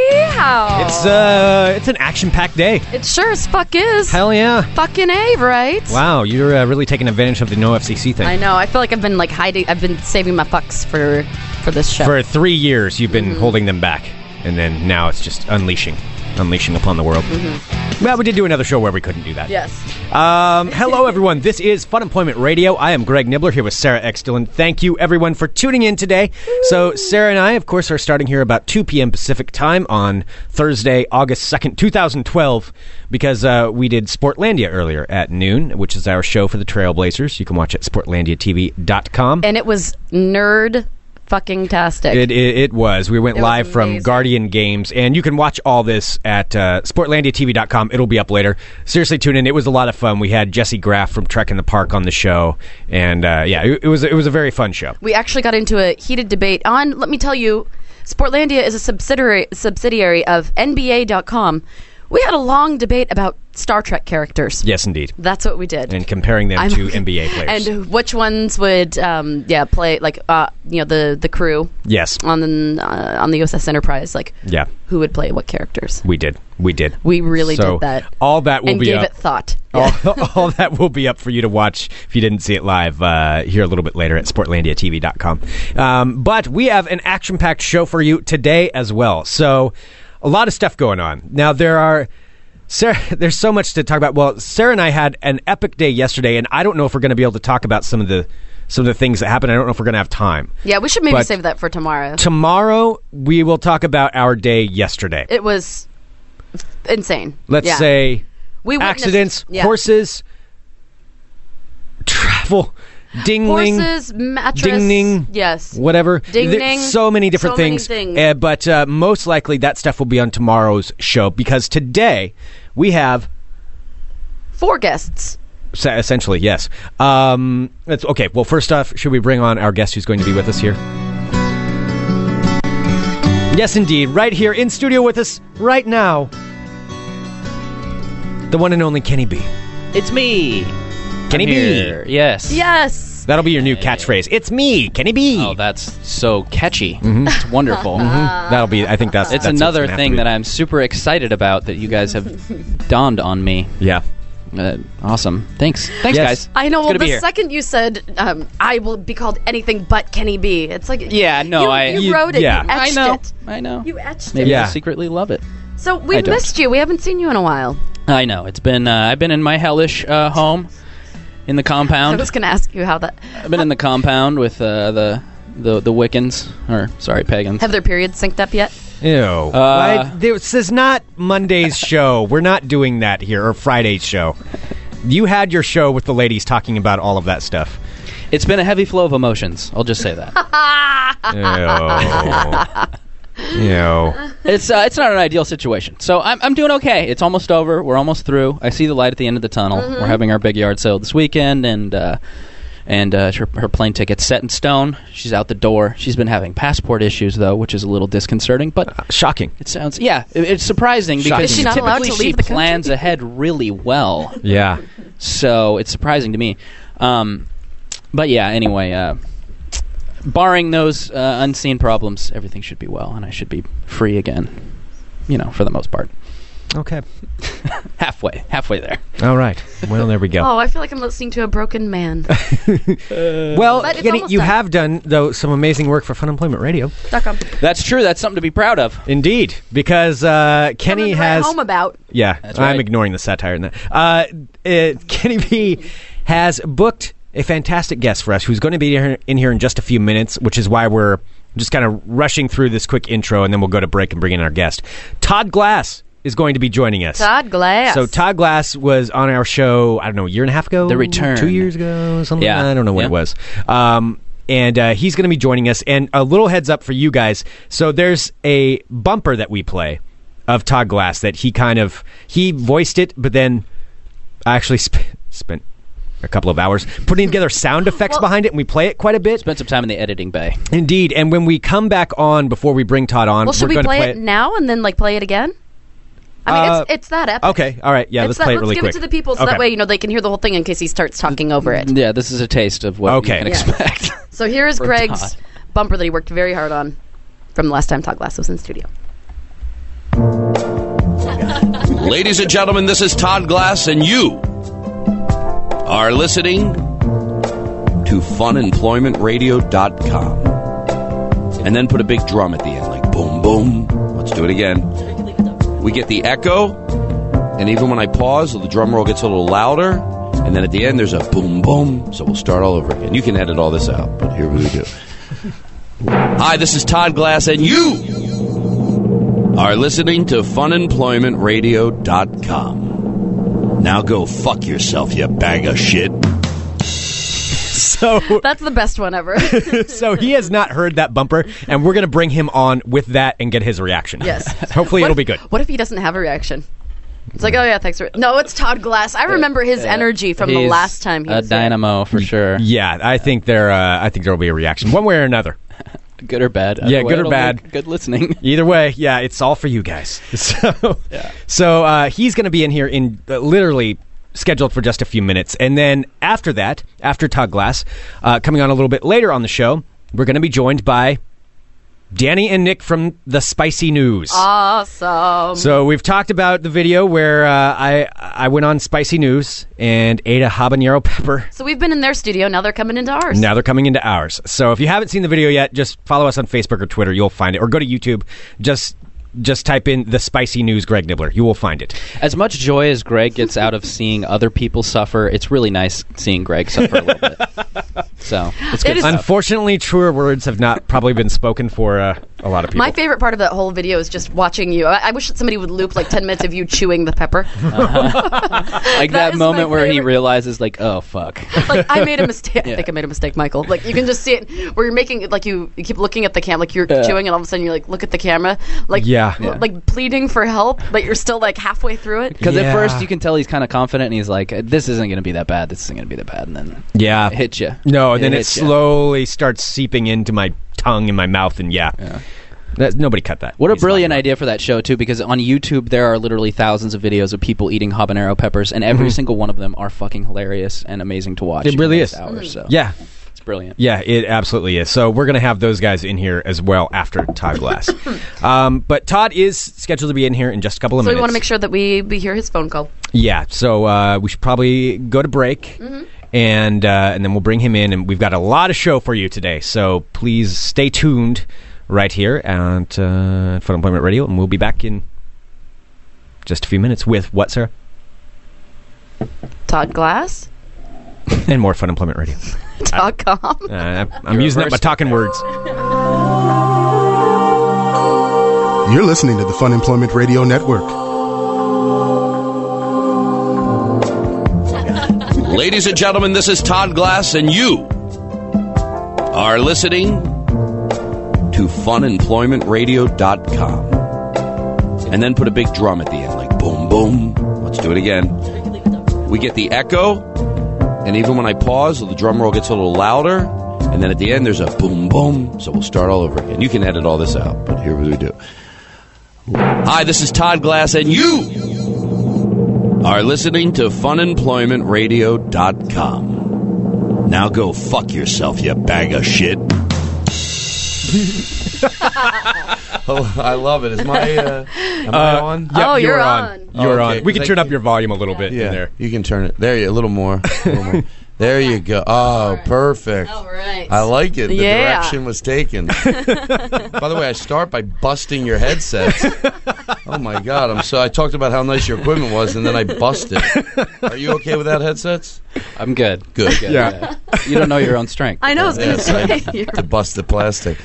Yeehaw! It's uh, it's an action-packed day. it sure as fuck is. Hell yeah! Fucking A, right? Wow, you're uh, really taking advantage of the no FCC thing. I know. I feel like I've been like hiding. I've been saving my fucks for for this show. For three years, you've Mm-hmm. been holding them back, and then now it's just unleashing, unleashing upon the world. Mm-hmm. Well, we did do another show where we couldn't do that. yes. Um, hello, everyone. This is Fun Employment Radio. I am Greg Nibbler here with Sarah X. Dillon. Thank you, everyone, for tuning in today. So, Sarah and I, of course, are starting here about 2 p.m. Pacific time on Thursday, August 2nd, 2012, because uh, we did Sportlandia earlier at noon, which is our show for the Trailblazers. You can watch it at sportlandiatv.com. And it was nerd fucking tastic. It, it, it was. We went It was live from amazing. Guardian Games, and you can watch all this at uh, SportlandiaTV.com. It'll be up later. Seriously, tune in. It was a lot of fun. We had Jesse Graff from Trek in the Park on the show, and uh, yeah, it, it was it was a very fun show. we actually got into a heated debate on. Let me tell you, Sportlandia is a subsidiary subsidiary of NBA.com. We had a long debate about Star Trek characters. Yes, indeed. That's what we did. And comparing them I'm- to NBA players. And which ones would, um, yeah, play like uh, you know the the crew yes, on the uh, on the USS Enterprise, like yeah, who would play what characters. we did, we did. We really So did that All that will and be gave up. it thought. all, all that will be up for you to watch if you didn't see it live uh, here a little bit later at sportlandiatv.com. Um, but we have an action packed show for you today as well. So, a lot of stuff going on. Now, there are. Sarah, there's so much to talk about. Well, Sarah and I had an epic day yesterday, and I don't know if we're going to be able to talk about some of the some of the things that happened. I don't know if we're going to have time. Yeah, we should maybe But- save that for tomorrow. Tomorrow we will talk about our day yesterday. it was insane. Let's Yeah. say we witnessed- accidents, yeah. horses, travel, dingling, horses, mattress, ding-ling, yes, whatever. Ding-ding. There's so many different So many things. things. Uh, but uh, most likely that stuff will be on tomorrow's show because today we have four guests. se- essentially yes. Um, that's okay. Well, first off, should we bring on our guest who's going to be with us here? Yes, indeed. Right here in studio with us right now, the one and only Kenny B. It's me. Kenny B. Here. Yes. Yes, That'll be your new catchphrase. It's me, Kenny B. Oh, that's so catchy. It's wonderful. Uh-huh. That'll be. I think Mm-hmm. that's. It's that's another thing that I'm super excited about that you guys have dawned on me. Yeah. Uh, awesome. Thanks. Thanks, Yes. guys. I know. It's good Well, to be the here. second you said um, I will be called anything but Kenny B, it's like Yeah, no, you, I- you You- wrote it, yeah. you I etched know. it, I know. you etched Maybe it. Yeah. I secretly love it. So we I don't. missed you. We haven't seen you in a while. I know. It's been. Uh, I've been in my hellish uh, home, in the I Um, compound. was going to ask you how that I've been in the compound with uh, the the the Wiccans, or sorry, pagans. have their periods synced up yet. Ew. Uh, What? This is not Monday's show. We're not doing that here or Friday's show. You had your show with the ladies talking about all of that stuff. it's been a heavy flow of emotions. I'll just say that. Ew. Ew. It's uh, it's not an ideal situation. So I'm, I'm doing okay. It's almost over. We're almost through. I see the light at the end of the tunnel. Mm-hmm. We're having our big yard sale this weekend, and uh, and uh, her, her plane ticket's set in stone. She's out the door. She's been having passport issues though, which is a little disconcerting. But Shocking. it sounds yeah, it, it's surprising Shocking. because Is she not allowed typically to leave she the country? plans ahead really well. Yeah. So it's surprising to me. Um, but yeah, anyway, uh, barring those uh, unseen problems, everything should be well, and I should be free again. You know, for the most part, Okay. halfway, halfway there. All right. Well, there we go. Oh, I feel like I'm listening to a broken man. well, But it's Kenny, almost you done. have done though some amazing work for Fun Employment Radio. That's true. That's something to be proud of. Indeed, because uh, Kenny Something to write has home about. Yeah, That's I'm right. ignoring the satire in that. Uh, uh, Kenny B has booked a fantastic guest for us who's going to be here, in here in just a few minutes, which is why we're just kind of rushing through this quick intro and then we'll go to break and bring in our guest. Todd Glass is going to be joining us. Todd Glass. So Todd Glass was on our show, I don't know, a year and a half ago? The Return. Two years ago, something. Yeah. I don't know what Yeah. it was. Um, and uh, he's going to be joining us. And a little heads up for you guys. So there's a bumper that we play of Todd Glass that he kind of, he voiced it, but then I actually sp- spent a couple of hours putting together sound effects behind it, and we play it quite a bit. Spent some time in the editing bay. Indeed, and when we come back on before we bring Todd on, Well, should we're we going to play, play it now and then like play it again? I mean, Uh, it's it's that epic. Okay, all right, yeah, It's let's that, play it really give quick. it to the people so Okay. that way you know they can hear the whole thing in case he starts talking over it. Yeah, this is a taste of what Okay. you can Yeah. expect. So here is From Greg's Todd. bumper that he worked very hard on from the last time Todd Glass was in studio. Ladies and gentlemen, this is Todd Glass, and you are listening to funemploymentradio.com. And then put a big drum at the end, like boom, boom. Let's do it again. We get the echo, and even when I pause, the drum roll gets a little louder. And then at the end, there's a boom, boom. So we'll start all over again. You can edit all this out, but here we go. Hi, this is Todd Glass, and you are listening to funemploymentradio.com. Now go fuck yourself, you bag of shit. so That's the best one ever. so he has not heard that bumper, and we're going to bring him on with that and get his reaction. Yes. Hopefully, What it'll be if- good. What if he doesn't have a reaction? It's like, oh yeah, thanks for no. It's Todd Glass. I remember his energy from the He's last time he a was here. dynamo for sure. Mm. Yeah, I think there. Uh, I think there will be a reaction, one way or another. Good or bad. Yeah, Either way, good or it'll bad. make Good listening. Either way, yeah, it's all for you guys. So, so uh, he's going to be in here in uh, literally scheduled for just a few minutes, and then after that, after Todd Glass, uh, coming on a little bit later on the show, we're going to be joined by Danny and Nick from the Spicy News. Ah, Awesome. So we've talked about the video where uh, I I went on Spicy News and ate a habanero pepper. So we've been in their studio. Now they're coming into ours. Now they're coming into ours. So if you haven't seen the video yet, just follow us on Facebook or Twitter. You'll find it, or go to YouTube. Just just type in the Spicy News Greg Nibbler. You will find it. As much joy as Greg gets out of seeing other people suffer, it's really nice seeing Greg suffer a little bit. So it's good. It is- stuff. Unfortunately, truer words have not probably been spoken for uh, a lot of people. My favorite part of that whole video is just watching you. I, I wish that somebody would loop like ten minutes of you chewing the pepper. like That that, is my moment where he favorite. realizes, like, oh fuck. like I made a mistake. I think I made a mistake, Michael. Like you can just see it where you're making like you, you keep looking at the camera, like you're chewing, and all of a sudden you're like, look at the camera, like Yeah. l- like pleading for help, but you're still like halfway through it. Because Yeah. at first you can tell he's kind of confident, and he's like, "This isn't going to be that bad. This isn't going to be that bad." And then yeah, it hits you. No, and then it hits ya. slowly starts seeping into my tongue and my mouth, and yeah, That- nobody cut that. What a He's lying brilliant about idea for that show too, because on YouTube there are literally thousands of videos of people eating habanero peppers, and every single one of them are fucking hilarious and amazing to watch. It in really those is. Hours, Mm. so. it. Yeah, it's brilliant. Yeah, it absolutely is. So we're going to have those guys in here as well after Todd Glass. um, but Todd is scheduled to be in here in just a couple of So we minutes. want to make sure that we, we hear his phone call. Yeah, so uh, we should probably go to break. Mm-hmm. And uh, and then we'll bring him in, and we've got a lot of show for you today. So please stay tuned right here at uh, Fun Employment Radio, and we'll be back in just a few minutes with what, Sarah, Todd Glass and more Fun Employment Radio. dot com. Uh, I'm using up my reversed it talking words. You're listening to the Fun Employment Radio Network. Ladies and gentlemen, this is Todd Glass, and you are listening to funemploymentradio.com. And then put a big drum at the end, like boom, boom. Let's do it again. We get the echo, and even when I pause, the drum roll gets a little louder. And then at the end, there's a boom, boom. So we'll start all over again. You can edit all this out, but here we do. Hi, this is Todd Glass, and you are listening to funemploymentradio.com. Now go fuck yourself, you bag of shit. I love it. Is my uh, am I on? Yep, Oh, you're on. on. You're Okay, on. We can thank turn up you. your volume a little bit Yeah, in there. you can turn it. There you a little more. A little more. There you go. Oh, perfect. All right. I like it. The Yeah. direction was taken. by the way, I start by busting your headsets. oh my god! I'm so. I talked about how nice your equipment was, and then I bust it. Are you okay without headsets? I'm good. Good. Good, Yeah. you don't know your own strength. I know. I was going to Yes, I- say. You're- to bust the plastic.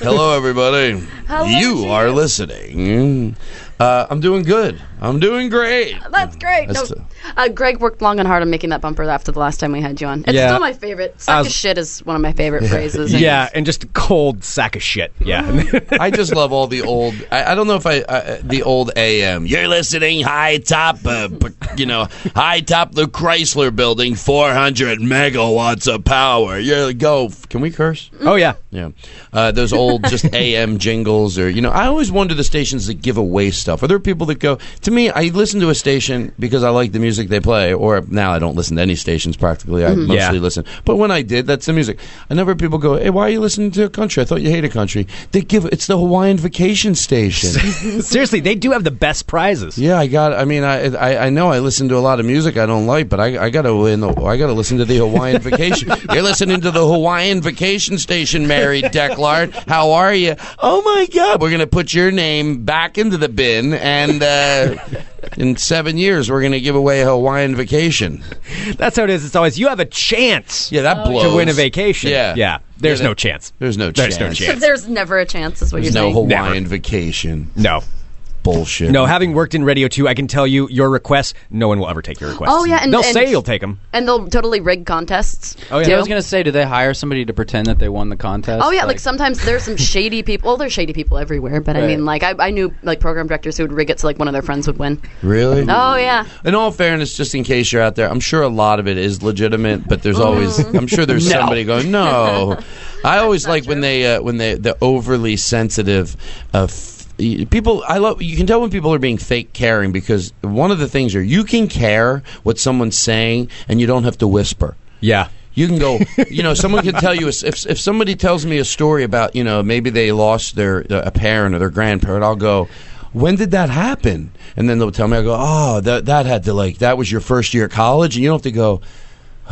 Hello, everybody. Hello, you are Jim. listening Uh, I'm doing good. I'm doing great. That's great. That's No. t- uh, Greg worked long and hard on making that bumper after the last time we had you on. It's Yeah. still my favorite. Suck was- as shit is one of my favorite phrases. and Yeah, and just a cold sack of shit. Yeah. I just love all the old. I, I don't know if I uh, the old AM. You're listening high top, uh, p- you know, high top the Chrysler Building, 400 megawatts of power. You're go. Can we curse? oh yeah. Yeah, uh, those old just AM jingles, or you know, I always wonder the stations that give away stuff. Are there people that go? To me, I listen to a station because I like the music they play. Or now I don't listen to any stations practically. I mostly Yeah. listen, but when I did, that's the music. I never people go, "Hey, why are you listening to country? I thought you hated country." They give it's the Hawaiian Vacation Station. Seriously, they do have the best prizes. yeah, I got. I mean, I, I I know I listen to a lot of music I don't like, but I I gotta win. I gotta listen to the Hawaiian Vacation. You're listening to the Hawaiian Vacation Station, Mary Declard. How are you? Oh my God, we're gonna put your name back into the bin, and uh, in seven years we're gonna give away a Hawaiian Vacation. That's how it is. It's always you have a chance Yeah, that blows. to win a vacation. Yeah, Yeah. There's Yeah, no that- chance. There's no There's no chance. chance. There's never a chance, is what There's you're no saying. Hawaiian Vacation. No. Bullshit. No, having worked in radio too, I can tell you your requests, no one will ever take your requests. Oh, yeah, and- they'll and- say you'll take them. and they'll totally rig contests. Oh, yeah. too. I I was gonna say, do they hire somebody to pretend that they won the contest? Oh yeah, like, sometimes there's some shady people. Well, there's shady people everywhere, but I Right. mean, like I, I knew like program directors who would rig it so like one of their friends would win. really. Oh yeah, In all fairness, just in case you're out there, I'm sure a lot of it is legitimate, but there's always I'm sure there's No. somebody going, "No." I always like when they uh, when they the overly sensitive uh, f- people I love you can tell when people are being fake caring because one of the things are you can care what someone's saying and you don't have to whisper. Yeah. You can go. You know, someone can tell you if if somebody tells me a story about you know maybe they lost their a parent or their grandparent. I'll go. When did that happen? And then they'll tell me. I go. Oh, that that had to like that was your first year of college, and you don't have to go.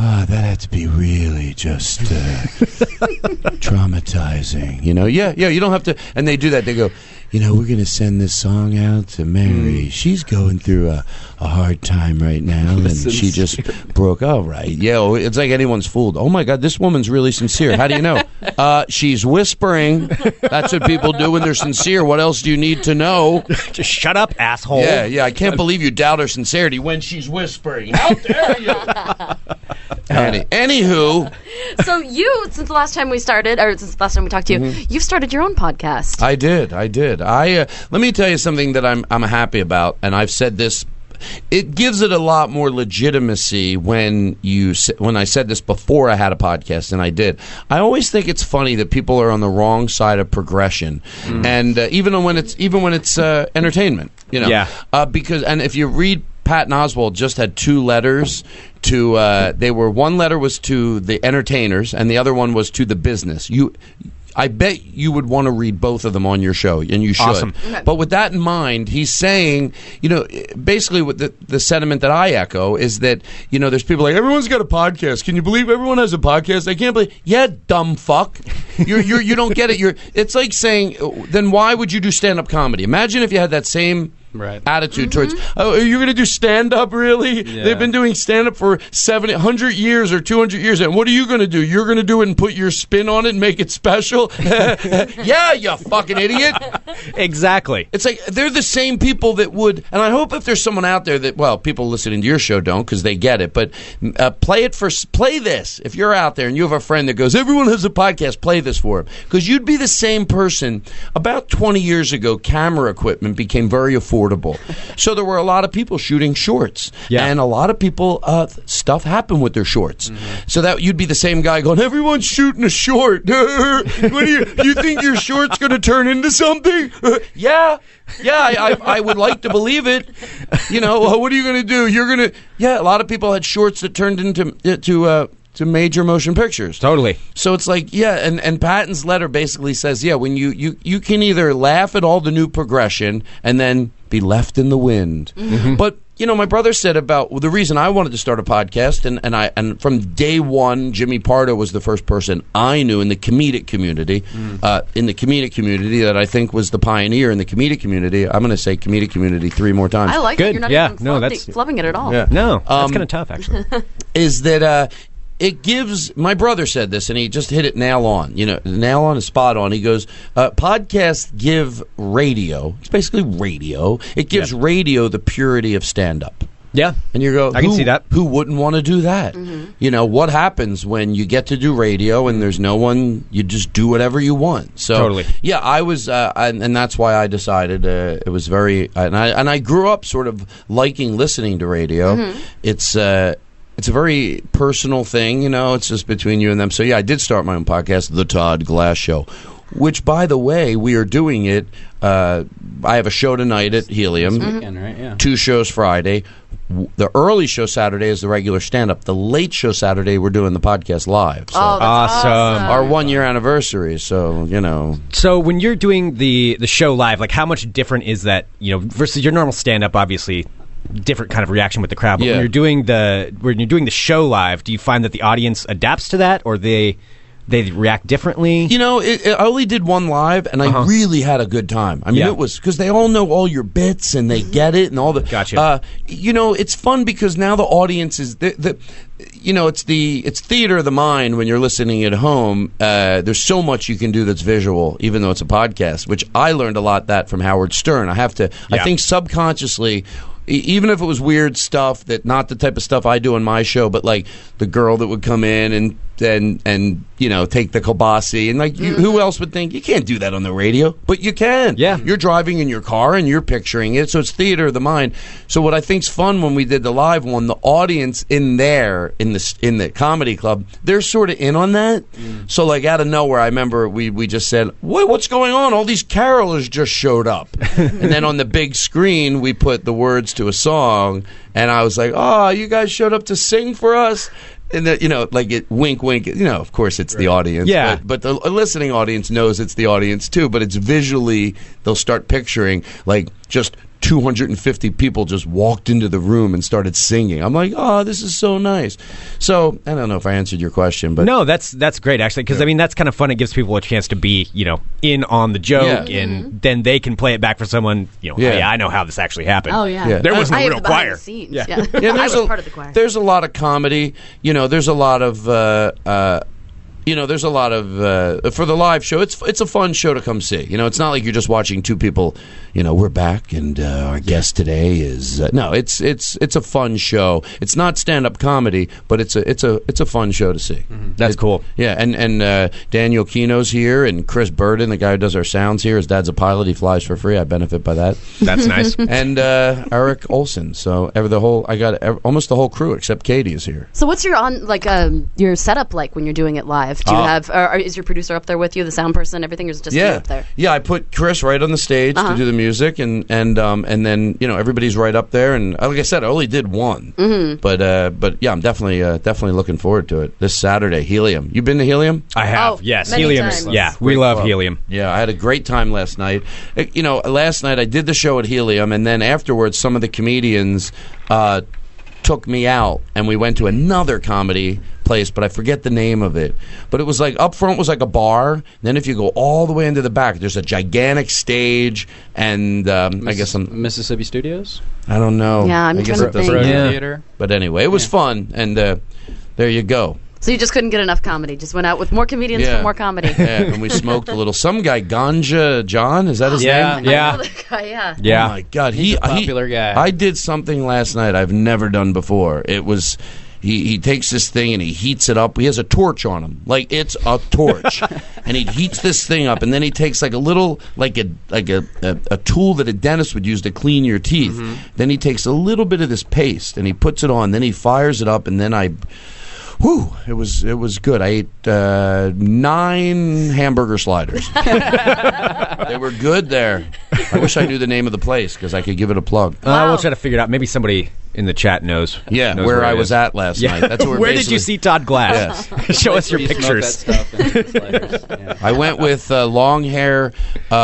Ah, that had to be really just uh, traumatizing. You know, yeah, yeah, you don't have to. And they do that. They go, you know, we're going to send this song out to Mary. She's going through a, a hard time right now, and she just broke. All right. Yeah, well, it's like anyone's fooled. Oh, my God, this woman's really sincere. How do you know? uh, she's whispering. That's what people do when they're sincere. What else do you need to know? Just shut up, asshole. Yeah, yeah, I can't believe you doubt her sincerity when she's whispering. How dare you? Any, anywho, so you since the last time we started, or since the last time we talked to you, you've started your own podcast. I did. I did. I uh, let me tell you something that I'm I'm happy about, and I've said this. It gives it a lot more legitimacy when you s- when I said this before I had a podcast, and I did. I always think it's funny that people are on the wrong side of progression, and uh, even when it's even when it's uh, entertainment, you know. Yeah. Uh, because and if you read Patton Oswald just had two letters to uh, they were one letter was to the entertainers and the other one was to the business. You I bet you would want to read both of them on your show and you should. Awesome. But with that in mind, he's saying, you know, basically what the, the sentiment that I echo is that, you know, there's people like everyone's got a podcast. Can you believe everyone has a podcast? I can't believe Yeah, dumb fuck. You're, you're you don't get it. You're it's like saying then why would you do stand up comedy? Imagine if you had that same Right. attitude towards oh are you going to do stand up really they've been doing stand up for 70 100 years or 200 years and what are you going to do you're going to do it and put your spin on it and make it special yeah you fucking idiot Exactly. it's like they're the same people that would, and I hope if there's someone out there that, well, people listening to your show don't because they get it, but uh, play it for, play this. If you're out there and you have a friend that goes, everyone has a podcast, play this for them. Because you'd be the same person. About 20 years ago, camera equipment became very affordable. so there were a lot of people shooting shorts. Yeah. And a lot of people, uh, th- stuff happened with their shorts. So that you'd be the same guy going, everyone's shooting a short. what do you, you think your short's going to turn into something? yeah, yeah, I, I, I would like to believe it. You know, well, what are you going to do? You're going to, yeah, a lot of people had shorts that turned into, to, uh, to major motion pictures. Totally. So it's like, yeah, and, and Patton's letter basically says, yeah, when you, you, you can either laugh at all the new progression and then be left in the wind. Mm-hmm. But you know, my brother said about well, the reason I wanted to start a podcast, and, and I and from day one, Jimmy Pardo was the first person I knew in the comedic community, uh, in the comedic community that I think was the pioneer in the comedic community. I'm going to say comedic community three more times. I like Good, it. You're not yeah, even no, flubbing, that's- flubbing it at all. No, that's Um, kind of tough, actually. is that uh, it gives my brother said this and he just hit it nail on you know nail on is spot on he goes uh, podcasts give radio it's basically radio it gives radio the purity of stand-up Yeah. and you go I can who- see that. who wouldn't want to do that you know what happens when you get to do radio and there's no one you just do whatever you want so Totally. yeah i was uh, and, and that's why i decided uh, it was very and i and i grew up sort of liking listening to radio it's uh it's a very personal thing, you know. It's just between you and them. So yeah, I did start my own podcast, The Todd Glass Show, which, by the way, we are doing it. Uh, I have a show tonight at Helium Mm-hmm. Weekend, right? Yeah. two shows Friday. W- The early show Saturday is the regular stand up. The late show Saturday, we're doing the podcast live. So. Oh, that's Awesome. Our one year anniversary, so you know. So when you're doing the the show live, like how much different is that? You know, versus your normal stand up, obviously different kind of reaction with the crowd. But Yeah. when you're doing the when you're doing the show live, do you find that the audience adapts to that, or they they react differently? You know, it, it- I only did one live, and I really had a good time. I mean, Uh-huh. Yeah. it was because they all know all your bits and they get it and all the. Gotcha. Uh, you know, it's fun because now the audience is the, the you know, it's the it's theater of the mind when you're listening at home. Uh, there's so much you can do that's visual, even though it's a podcast, which I learned a lot that from Howard Stern. I have to. Yeah. I think subconsciously. e- Even if it was weird stuff that not the type of stuff I do in my show, but like the girl that would come in and and and you know take the kibasi and like you, who else would think you can't do that on the radio, but you can. Mm. Yeah. you're driving in your car and you're picturing it, so it's theater of the mind. So what I think's fun when we did the live one, the audience in there in the s- in the comedy club, they're sort of in on that. So like out of nowhere, I remember we we just said, "What what's going on? All these carolers just showed up," and then on the big screen we put the words to a song, and I was like, "Oh, you guys showed up to sing for us." And that you know, like it, wink, wink. You know, of course, it's the audience. Yeah. but- but the listening audience knows it's the audience too. But it's visually, they'll start picturing like just 250 people just walked into the room and started singing. I'm like, oh, this is so nice. So I don't know if I answered your question, but no, that's that's great actually because I mean that's kind of fun. It gives people a chance to be you know in on the joke, Yeah. and Mm-hmm. then they can play it back for someone. You know, Yeah. hey, I know how this actually happened. Oh, yeah. Yeah. there was no I have real the behind choir. The scenes. Yeah. Yeah. Yeah, I was there's a, part of the choir. There's a lot of comedy. You know, there's a lot of. Uh, uh, you know, there's a lot of uh, for the live show. It's it's a fun show to come see. You know, it's not like you're just watching two people. You know, we're back, and uh, our guest today is uh, no. It's it's it's a fun show. It's not stand up comedy, but it's a it's a it's a fun show to see. Mm-hmm. That's cool. Yeah, and and uh, Daniel Kino's here, and Chris Burden, the guy who does our sounds here. His dad's a pilot. He flies for free. I benefit by that That's nice. and uh, Eric Olson. So ever the whole I got ev almost the whole crew except Katie is here. So what's your on like um your setup like when you're doing it live? Do you have or, or is your producer up there with you, the sound person, everything, or is it just you Uh, Yeah, up there? Uh-huh. yeah. I put Chris right on the stage to do the music, and and um and then you know everybody's right up there. And uh, like I said, I only did one, mm-hmm. but uh, but yeah, I'm definitely uh, definitely looking forward to it this Saturday. Helium. You been to Helium? I have Oh, yes, many helium. Is, times. yeah, we love helium. Yeah, I had a great time last night. Uh, You know, last night I did the show at Helium, and then afterwards, some of the comedians uh, took me out, and we went to another comedy place, but I forget the name of it. But it was like up front was like a bar. Then if you go all the way into the back, there's a gigantic stage, and um, I guess I'm, Mississippi Studios. I don't know. Yeah, I'm I guess trying it to doesn't- think. Broadway Yeah. Theater. But anyway, it was fun, and uh, there you go. So you just couldn't get enough comedy. Just went out with more comedians Yeah. for more comedy. Yeah, and we smoked a little. Some guy, Ganja John, is that his name? Yeah. I know Yeah. that guy, yeah. Yeah. Oh my god, he a he- popular guy. I did something last night I've never done before. It was he, he takes this thing and he heats it up. He has a torch on him, like it's a torch, and he heats this thing up. And then he takes like a little, like a like a, a, a tool that a dentist would use to clean your teeth. Mm-hmm. Then he takes a little bit of this paste and he puts it on. Then he fires it up, and then I Whew, it was it was good. I ate uh, nine hamburger sliders. they were good there. I wish I knew the name of the place because I could give it a plug. Uh, we'll try to figure it out. Maybe somebody in the chat knows. yeah, knows where, it I is. was at last Yeah. night. That's where. where did basically- you see Todd Glass? Show us your You smoke that pictures. stuff and it's layers, yeah. I went with uh, long hair. Uh,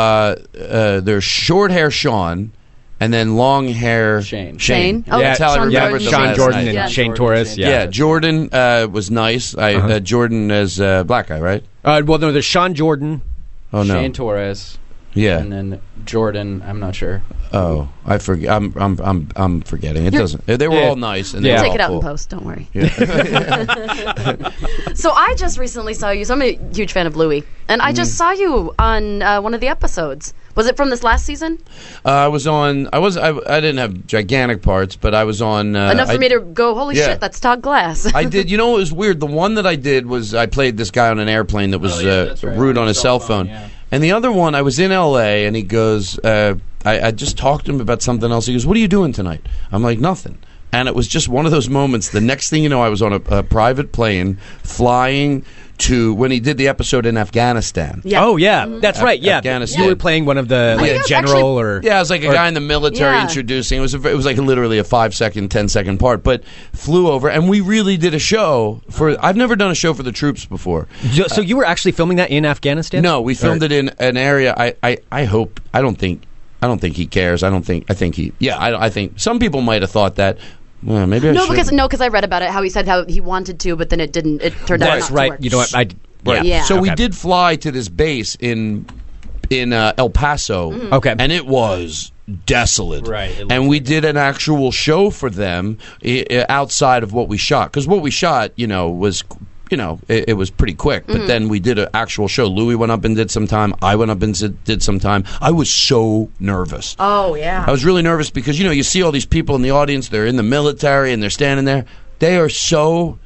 uh, there's short hair Sean, and then long hair Shane. Shane. Shane? Oh, That's how I Sean remembered Jordan. them Sean last Jordan night. and Yeah. Shane Jordan, Torres. Shane Yeah. Uh-huh. Yeah, Jordan uh, was nice. I, uh Jordan is uh, black guy, right? Uh, well, no, there's Sean Jordan. Oh no, Shane Torres. Yeah. and then Jordan. I'm not sure. Oh, I forget. I'm I'm I'm I'm forgetting. It doesn't. They were all nice and Yeah. they were Take it out all in post. Don't worry. so I just recently saw you. So I'm a huge fan of Louis, and I Mm. just saw you on uh, one of the episodes. Was it from this last season? cool. Uh, I was on. I was. I, I didn't have gigantic parts, but I was on. Uh, Enough for I- me to go. Holy yeah. shit, that's Todd Glass. I did. You know, it was weird. The one that I did was I played this guy on an airplane that was uh, rude on his cell phone, and the other one I was in L.A. and he goes, uh, I, I just talked to him about something else. He goes, "What are you doing tonight?" I'm like, "Nothing." And it was just one of those moments. The next thing you know, I was on a, a private plane flying to when he did the episode in Afghanistan. Yeah. Oh yeah, that's right. Yeah, Afghanistan. you were playing one of the think I like, was general actually- or Yeah, it was like a guy in the military Yeah. introducing. It was a, ver- it was like literally a five second, ten second part, but flew over, and we really did a show for. I've never done a show for the troops before. Yo- So you were actually filming that in Afghanistan? No, we filmed it in an area. I, I, I hope. I don't think. I don't think he cares. I don't think. I think he. Yeah, I, I think some people might have thought that. Well, maybe I no, should. because no, because I read about it. How he said how he wanted to, but then it didn't. It turned out. That's not to right. work. You know what? I Right. Yeah. So we Okay. did fly to this base in in uh, El Paso. Okay. And it was desolate. Right, it And we did an actual show for them i- i- outside of what we shot because what we shot, you know, was. You know, it, it was pretty quick, but then we did an actual show. Louis went up and did some time. I went up and did- did some time. I was so nervous. Oh yeah. I was really nervous because you know you see all these people in the audience. They're in the military and they're standing there. They are so.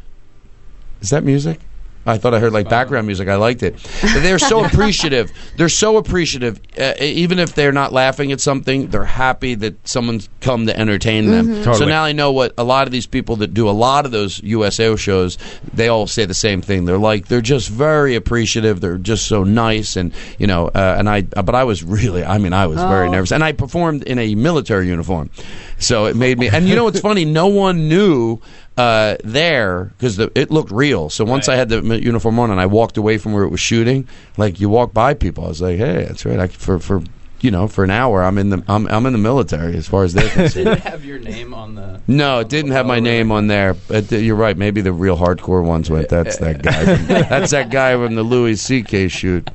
Is that music? I thought I heard like background music. I liked it. They're so appreciative. They're so appreciative. Uh, even if they're not laughing at something, they're happy that someone's come to entertain them. So Totally. now I know what a lot of these people that do a lot of those USO shows, they all say the same thing. They're like they're just very appreciative. They're just so nice, and you know. Uh, and I, but I was really, I mean, I was very nervous, and I performed in a military uniform, so it made me. And you know what's funny? No one knew. Uh, there, because the, it looked real. So once I had the mi- uniform on and I walked away from where it was shooting, like you walk by people, I was like, "Hey, that's right." I, for for you know, for an hour, I'm in the I'm I'm in the military as far as they're concerned. Did it have your name on the? No, it didn't have my name on there. But th- you're right. Maybe the real hardcore ones went. That's that guy. from- that's that guy from the Louis C.K. shoot.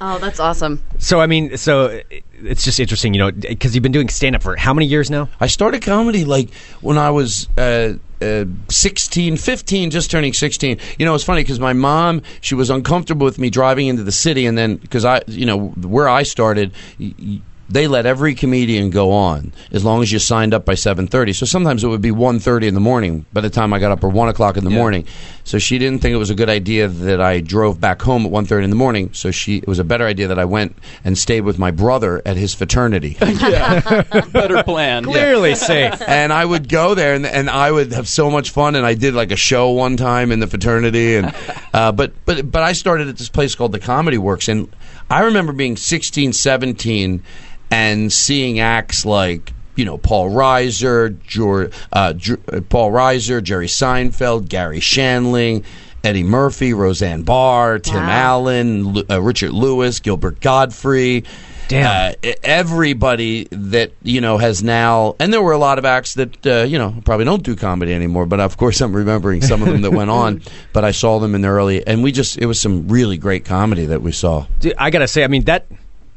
Oh, that's awesome. So I mean, so it- it's just interesting, you know, because you've been doing stand up for how many years now? I started comedy like when I was uh, uh, 16, 15, just turning 16. You know, it's funny because my mom, she was uncomfortable with me driving into the city. And then, because I, you know, where I started, y- y- they let every comedian go on as long as you signed up by 7.30 so sometimes it would be 1.30 in the morning by the time i got up or 1 o'clock in the morning so she didn't think it was a good idea that i drove back home at 1.30 in the morning so she it was a better idea that i went and stayed with my brother at his fraternity Better plan. Clearly safe. and I would go there, and, and I would have so much fun. And I did like a show one time in the fraternity, and uh, but but but I started at this place called the Comedy Works, and I remember being 16, 17, and seeing acts like. You know Paul Reiser, Jer- uh, Jer- uh, Paul Reiser, Jerry Seinfeld, Gary Shanling, Eddie Murphy, Roseanne Barr, Tim Allen, Lu- uh, Richard Lewis, Gilbert Godfrey, Damn. uh, e- everybody that you know has now, and there were a lot of acts that uh, you know probably don't do comedy anymore. But of course, I'm remembering some of them that went on. But I saw them in the early, and we just it was some really great comedy that we saw. Dude, I gotta say, I mean that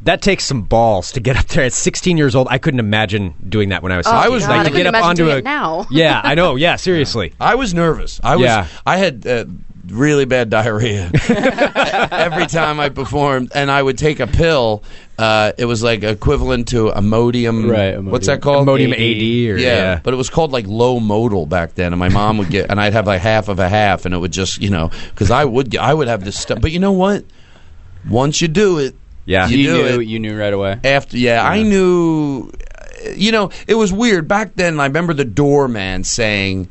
that takes some balls to get up there at 16 years old. I couldn't imagine doing that when Oh, I was. 16. I was God, I like to couldn't get up imagine onto doing a it now. yeah, I know. Yeah, seriously. I was nervous. I was. Yeah. I had uh, really bad diarrhea every time I performed, and I would take a pill. Uh, it was like equivalent to Imodium. Right, What's Imodium. that called? Imodium AD or- yeah. But it was called like low modal back then, and my mom would get, and I'd have like half of a half, and it would just, you know, because I would, get, I would have this stuff. But you know what? Once you do it, Yeah. you, You, do knew. it You knew right away. after yeah, i knew you know it was weird back then i remember the doorman saying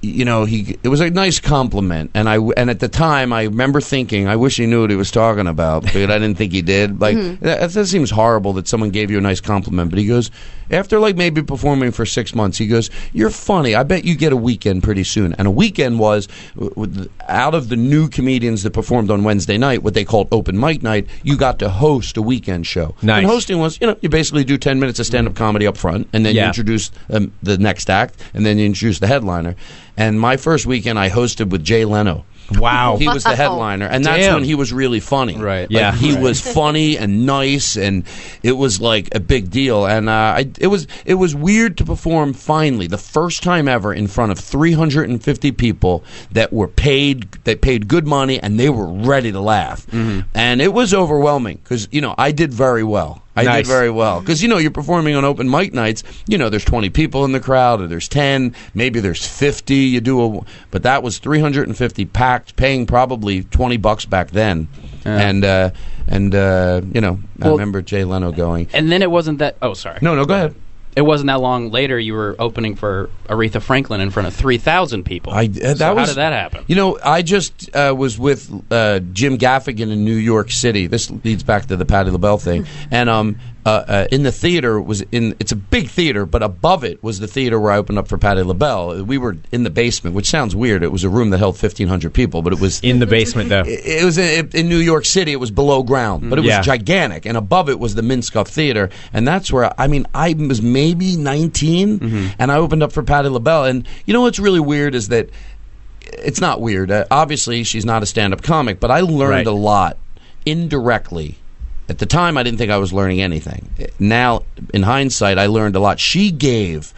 you know he it was a nice compliment and i and at the time i remember thinking i wish he knew what he was talking about but i didn't think he did like that, that seems horrible that someone gave you a nice compliment but he goes after like maybe performing for six months he goes you're funny i bet you get a weekend pretty soon and a weekend was w- w- out of the new comedians that performed on wednesday night what they called open mic night you got to host a weekend show Nice. and hosting was, you know, you basically do 10 minutes of stand up comedy up front, and then you Yeah. introduce um, the next act, and then you introduce the headliner. And my first weekend, I hosted with Jay Leno. Wow. He was the headliner, and that's Damn. when he was really funny. Right. Like, Yeah. he was funny and nice, and it was like a big deal. And uh, I, it was it was weird to perform finally the first time ever in front of 350 people that were paid that paid good money, and they were ready to laugh. Mm-hmm. And it was overwhelming because you know I did very well. I Nice. did very well because you know you're performing on open mic nights. You know there's 20 people in the crowd, or there's 10, maybe there's 50. You do a, but that was 350 packed, paying probably 20 bucks back then, and uh, and uh, you know I Well- remember Jay Leno going, And then it wasn't that. Oh, sorry. no, no, go ahead. It wasn't that long later. You were opening for Aretha Franklin in front of three thousand people. I, uh, that so was, how did that happen? You know, I just uh, was with uh, Jim Gaffigan in New York City. This leads back to the Patti LaBelle thing, and um, uh, uh, in the theater was in. It's a big theater, but above it was the theater where I opened up for Patti LaBelle. We were in the basement, which sounds weird. It was a room that held fifteen hundred people, but it was In the basement, though. it was in, in New York City. It was below ground, but it was Yeah. gigantic, and above it was the Minskoff Theater, and that's where I mean I was maybe 19, and I opened up for Patti LaBelle, and you know what's really weird is that it's not weird. Uh, obviously, she's not a stand-up comic, but I learned Right. a lot indirectly. At the time, I didn't think I was learning anything. Now, in hindsight, I learned a lot. She gave.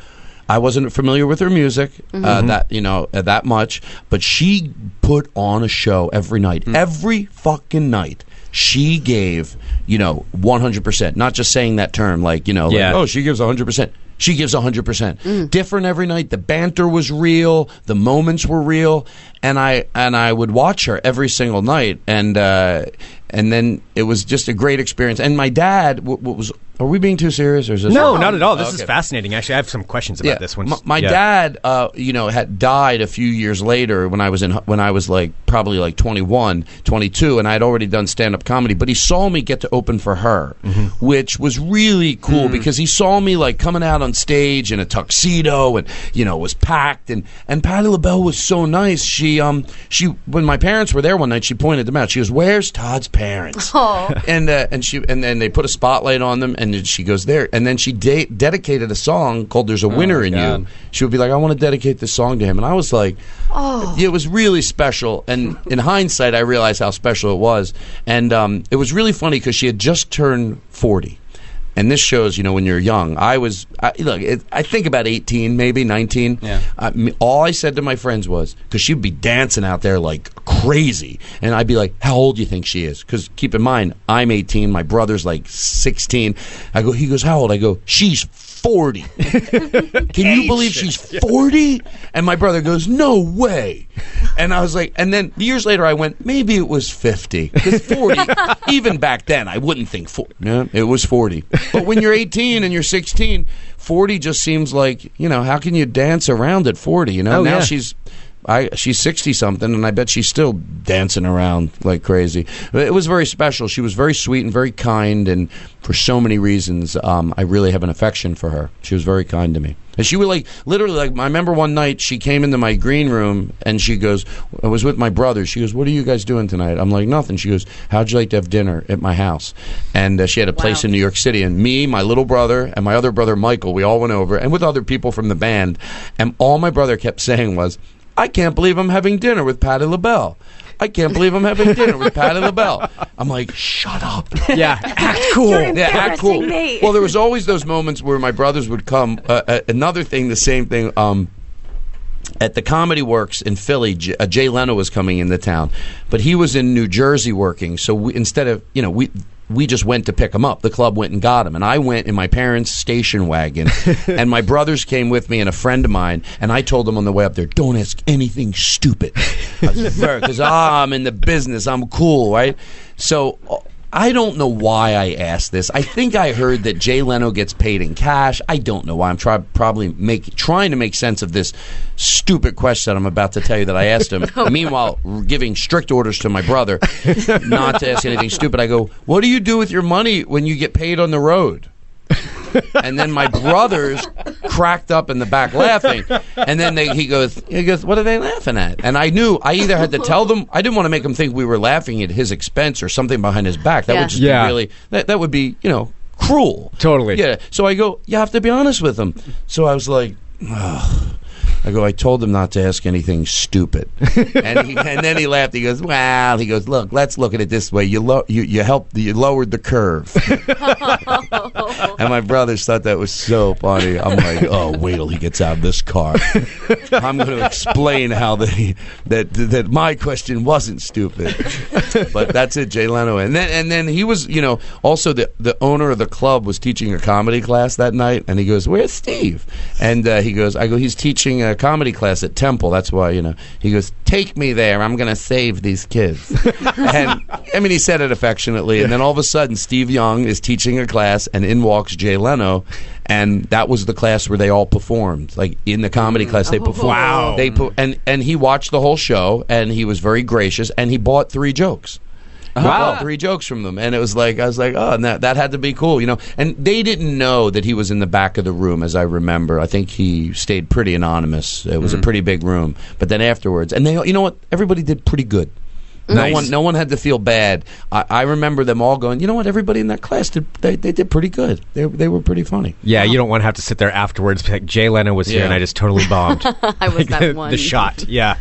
I wasn't familiar with her music uh, that you know uh, that much, but she put on a show every night, every fucking night. She gave, you know, one hundred percent. Not just saying that term, like you know, like, Yeah. oh, she gives 100%. She gives 100%. Different every night. The banter was real, the moments were real, and I and I would watch her every single night and uh and then it was just a great experience. And my dad w- w- was are we being too serious or is this No, not at all. This is Oh, Okay. fascinating. Actually, I have some questions about this one. My, my Yeah. dad, uh, you know, had died a few years later when I was in when I was like probably like 21, 22, and I had already done stand up comedy. But he saw me get to open for her, Mm-hmm. which was really cool Mm. because he saw me like coming out on stage in a tuxedo and you know was packed and and Patti LaBelle was so nice. She um she when my parents were there one night, she pointed them out. She goes, "Where's Todd's parents?" and uh, and she and then they put a spotlight on them, and then she goes there, and then she de- dedicated a song called "There's a Winner in God. You." She would be like, "I want to dedicate this song to him," and I was like, "Oh, it was really special." And in hindsight, I realized how special it was, and um, it was really funny because she had just turned forty. And this shows, you know, when you're young. I was, I, look, it, I think about 18, maybe 19. Yeah. I mean, all I said to my friends was, because she'd be dancing out there like crazy. And I'd be like, how old do you think she is? Because keep in mind, I'm 18. My brother's like 16. I go, he goes, how old? I go, she's 40. Can you believe she's 40? And my brother goes, no way. And I was like, and then years later, I went, maybe it was 50. 'Cause 40, even back then, I wouldn't think 40. No, it was 40. But when you're 18 and you're 16, 40 just seems like, you know, how can you dance around at 40? You know, Oh, now yeah. she's. I, she's 60 something, and I bet she's still dancing around like crazy. But It was very special. She was very sweet and very kind, and for so many reasons, um, I really have an affection for her. She was very kind to me. And she would like, literally, like, I remember one night she came into my green room and she goes, I was with my brother. She goes, What are you guys doing tonight? I'm like, Nothing. She goes, How'd you like to have dinner at my house? And uh, she had a place in New York City, and me, my little brother, and my other brother, Michael, we all went over, and with other people from the band. And all my brother kept saying was, I can't believe I'm having dinner with Patti LaBelle. I can't believe I'm having dinner with Patti LaBelle. I'm like, shut up. Yeah. Act cool. yeah, act cool. embarrassing me. Well, there was always those moments where my brothers would come. Uh, uh, another thing, the same thing. Um, at the Comedy Works in Philly, J- uh, Jay Leno was coming into town, but he was in New Jersey working. So we, instead of you know we. We just went to pick him up. The club went and got him, and I went in my parents' station wagon, and my brothers came with me and a friend of mine. And I told them on the way up there, "Don't ask anything stupid," because I'm in the business. I'm cool, right? So uh, I don't know why I asked this. I think I heard that Jay Leno gets paid in cash. I don't know why. I'm try- probably make, trying to make sense of this stupid question I'm about to tell you that I asked him. Meanwhile, r- giving strict orders to my brother not to ask anything stupid. I go, What do you do with your money when you get paid on the road? and then my brothers cracked up in the back laughing. And then they, he goes, he goes, what are they laughing at? And I knew I either had to tell them I didn't want to make them think we were laughing at his expense or something behind his back. That Yeah. would just Yeah. be really that, that would be you know cruel. Totally. Yeah. So I go, you have to be honest with them. So I was like. "Ugh." I go, I told him not to ask anything stupid. and, he, and then he laughed. He goes, well, he goes, look, let's look at it this way. You lo- you, you helped, you lowered the curve. and my brothers thought that was so funny. I'm like, oh, wait till he gets out of this car. I'm going to explain how the, that that my question wasn't stupid. But that's it, Jay Leno. And then and then he was, you know, also the the owner of the club was teaching a comedy class that night, and he goes, "Where's Steve?" And uh, he goes, "I go, he's teaching a comedy class at Temple. That's why, you know." He goes, "Take me there. I'm going to save these kids." and I mean, he said it affectionately. And then all of a sudden, Steve Young is teaching a class, and in walks Jay Leno. And that was the class where they all performed. Like in the comedy class, they performed. Wow. They put and and he watched the whole show, and he was very gracious, and he bought three jokes. He Wow. bought Uh-huh. three jokes from them, and it was like I was like, oh, and that that had to be cool, you know. And they didn't know that he was in the back of the room, as I remember. I think he stayed pretty anonymous. It was a pretty big room, but then afterwards, and they, you know what, everybody did pretty good. No one, no one had to feel bad. I, I remember them all going. You know what? Everybody in that class did. They, they did pretty good. They, they were pretty funny. Yeah, you don't want to have to sit there afterwards. Be like Jay Leno was here, Yeah. and I just totally bombed. I was that one. the shot. Yeah.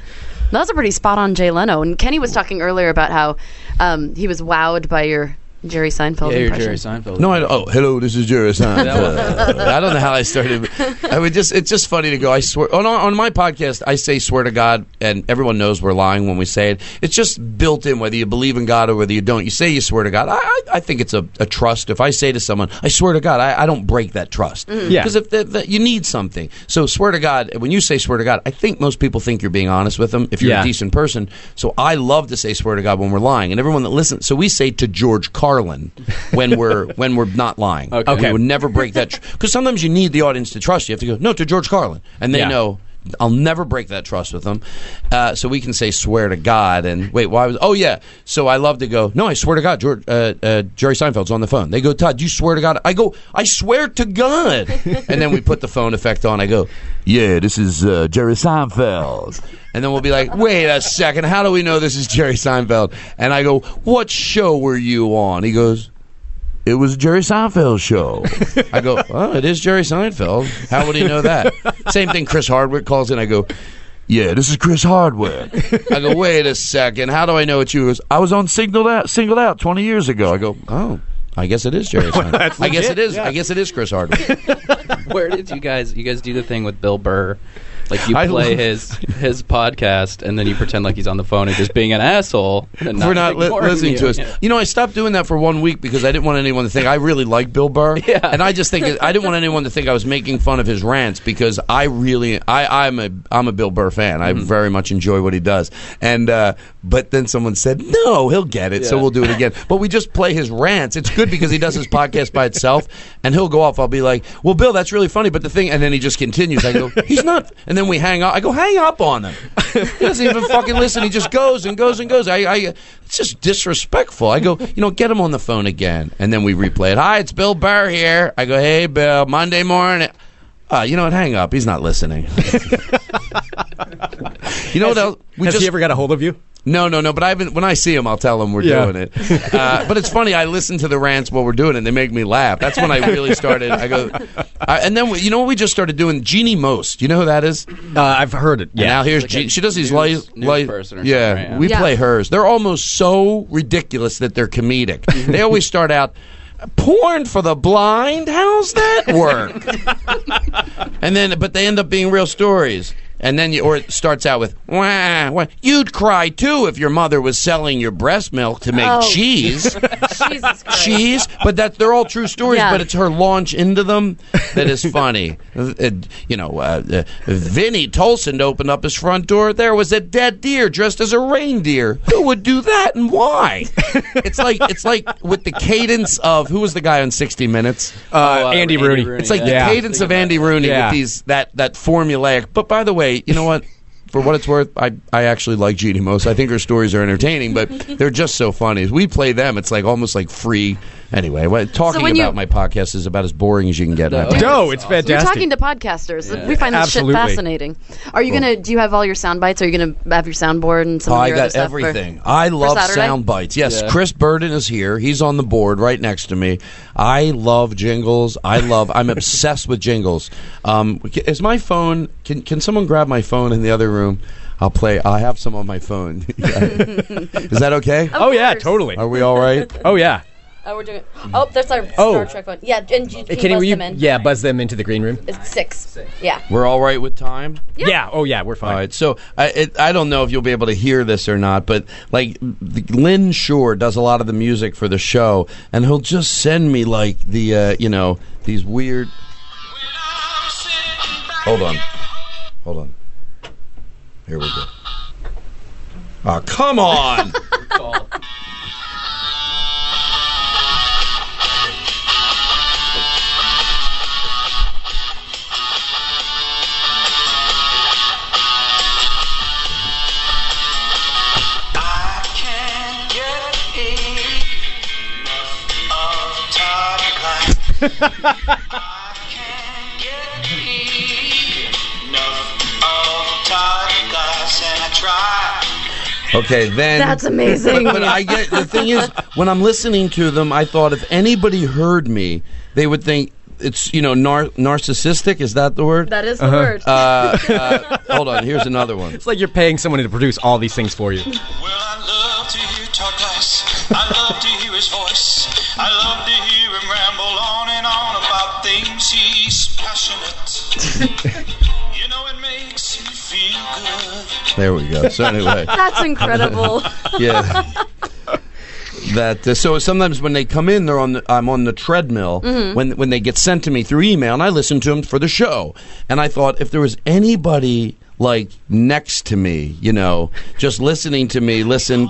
That was a pretty spot on Jay Leno. And Kenny was talking earlier about how um, he was wowed by your Jerry Seinfeld Yeah, you're impression. Jerry Seinfeld. No, I don't. Oh, hello, this is Jerry That Seinfeld. I don't know how I started. I would just, it's just funny to go. I swear on on my podcast, I say swear to God, and everyone knows we're lying when we say it. It's just built in whether you believe in God or whether you don't. You say you swear to God. I I, I think it's a, a trust. If I say to someone, I swear to God, I, I don't break that trust Mm-hmm. Yeah. because if the, the, you need something, so swear to God. When you say swear to God, I think most people think you're being honest with them. If you're Yeah. a decent person, so I love to say swear to God when we're lying, and everyone that listens. So we say to George Carlin when we're when we're not lying. Okay. We would never break that because sometimes you need the audience to trust you. You have to go no to George Carlin, and they Yeah. know. I'll never break that trust with them, uh, so we can say swear to God and wait. Why was? Oh yeah. So I love to go. No, I swear to God. George, uh, uh, Jerry Seinfeld's on the phone. They go, Todd, you swear to God. I go, I swear to God. and then we put the phone effect on. I go, yeah, this is uh, Jerry Seinfeld. And then we'll be like, wait a second, how do we know this is Jerry Seinfeld? And I go, what show were you on? He goes, it was Jerry Seinfeld's show. I go, oh, it is Jerry Seinfeld. How would he know that? Same thing Chris Hardwick calls in. I go, yeah, this is Chris Hardwick. I go, wait a second. How do I know it's you? He goes, I was on Signaled Out, singled out 20 years ago. I go, oh, I guess it is Jerry Seinfeld. I guess it is. I guess it is Chris Hardwick. Where did you guys? You guys do the thing with Bill Burr, like you I play love- his his podcast, and then you pretend like he's on the phone and just being an asshole. And We're not li- ignoring listening you. to us. Yeah. You know, I stopped doing that for one week because I didn't want anyone to think I really like Bill Burr. Yeah. And I just think I didn't want anyone to think I was making fun of his rants because I really I I'm a I'm a Bill Burr fan. Mm. I very much enjoy what he does. And uh, but then someone said no, he'll get it, so Yeah. we'll do it again. But we just play his rants. It's good because he does his podcast by itself, and he'll go off. I'll be like, well, Bill, that's really funny, but the thing, and then he just continues. I go, he's not, and then we hang up. I go, hang up on him. He doesn't even fucking listen. He just goes and goes and goes. I, I, it's just disrespectful. I go, you know, get him on the phone again, and then we replay it. Hi, it's Bill Burr here. I go, hey, Bill, Monday morning. Uh, you know what? Hang up. He's not listening. you know what else? We Has just- he ever got a hold of you? no, no, no. But I haven't. When I see him, I'll tell him we're Yeah. doing it. Uh, but it's funny. I listen to the rants while we're doing it. and They make me laugh. That's when I really started. I go, I, and then we, you know what we just started doing? Jeannie Most. You know who that is? Uh, I've heard it. And Yeah. now here's a Jean, she does these news- light, news light person or yeah, something, right? we Yeah. play hers. They're almost so ridiculous that they're comedic. they always start out. Porn for the blind? How's that work? and then, but they end up being real stories. And then, you, or it starts out with, wah, wah. you'd cry too if your mother was selling your breast milk to make Oh. cheese. Jesus Christ. cheese. But that they're all true stories. Yeah. But it's her launch into them that is funny. Uh, you know, uh, uh, Vinny Tolson opened up his front door. There was a dead deer dressed as a reindeer. Who would do that and why? it's like it's like with the cadence of who was the guy on 60 Minutes. Oh, Uh, uh, Andy, Andy Rooney. Rooney, It's like Yeah. the cadence of Andy Rooney Yeah. with these that that formulaic. But by the way, you know what? for what it's worth, I, I actually like Jeannie most. I think her stories are entertaining, but they're just so funny. As we play them, it's like almost like free. Anyway, what, talking when about you- my podcast is about as boring as you can get. I think. No, it's You're fantastic. talking to podcasters. We find this Absolutely. shit fascinating. Are you gonna? Do you have all your sound bites? Are you gonna have your soundboard and some? Oh, of I your other got stuff for- everything. I love Saturday? sound bites. Yes, Yeah. Chris Burden is here. He's on the board right next to me. I love jingles. I love. I'm obsessed with jingles. Um, is my phone? Can Can someone grab my phone in the other room? I'll play. I have some on my phone. is that okay? oh yeah, course. totally. Are we all right? Oh yeah. Oh, we're doing. Oh, that's our Oh. Star Trek one. Yeah, and you, can, Kenny, buzz will you? them in. Yeah, buzz them into the green room. It's six. Yeah. We're all right with time. Yeah. Oh yeah, we're fine. All right. So I it, I don't know if you'll be able to hear this or not, but like the- Lynn Shore does a lot of the music for the show, and he'll just send me like the uh, you know these weird. Hold on, hold on. Here we go. Oh come on! Okay, then. That's amazing. But I get the thing is when I'm listening to them, I thought if anybody heard me, they would think it's you know nar- narcissistic. Is that the word? that is the word. uh, uh, hold on. Here's another one. It's like you're paying someone to produce all these things for you. Well, I love to hear talk nice. I love to hear his voice. I love to hear him ramble on and on about things he's passionate. you know, it makes me feel good. There we go. So anyway, That's incredible. yeah. That uh, so sometimes when they come in, they're on. The, I'm on the treadmill when when they get sent to me through email, and I listen to them for the show. And I thought if there was anybody like next to me, you know, just listening to me, listen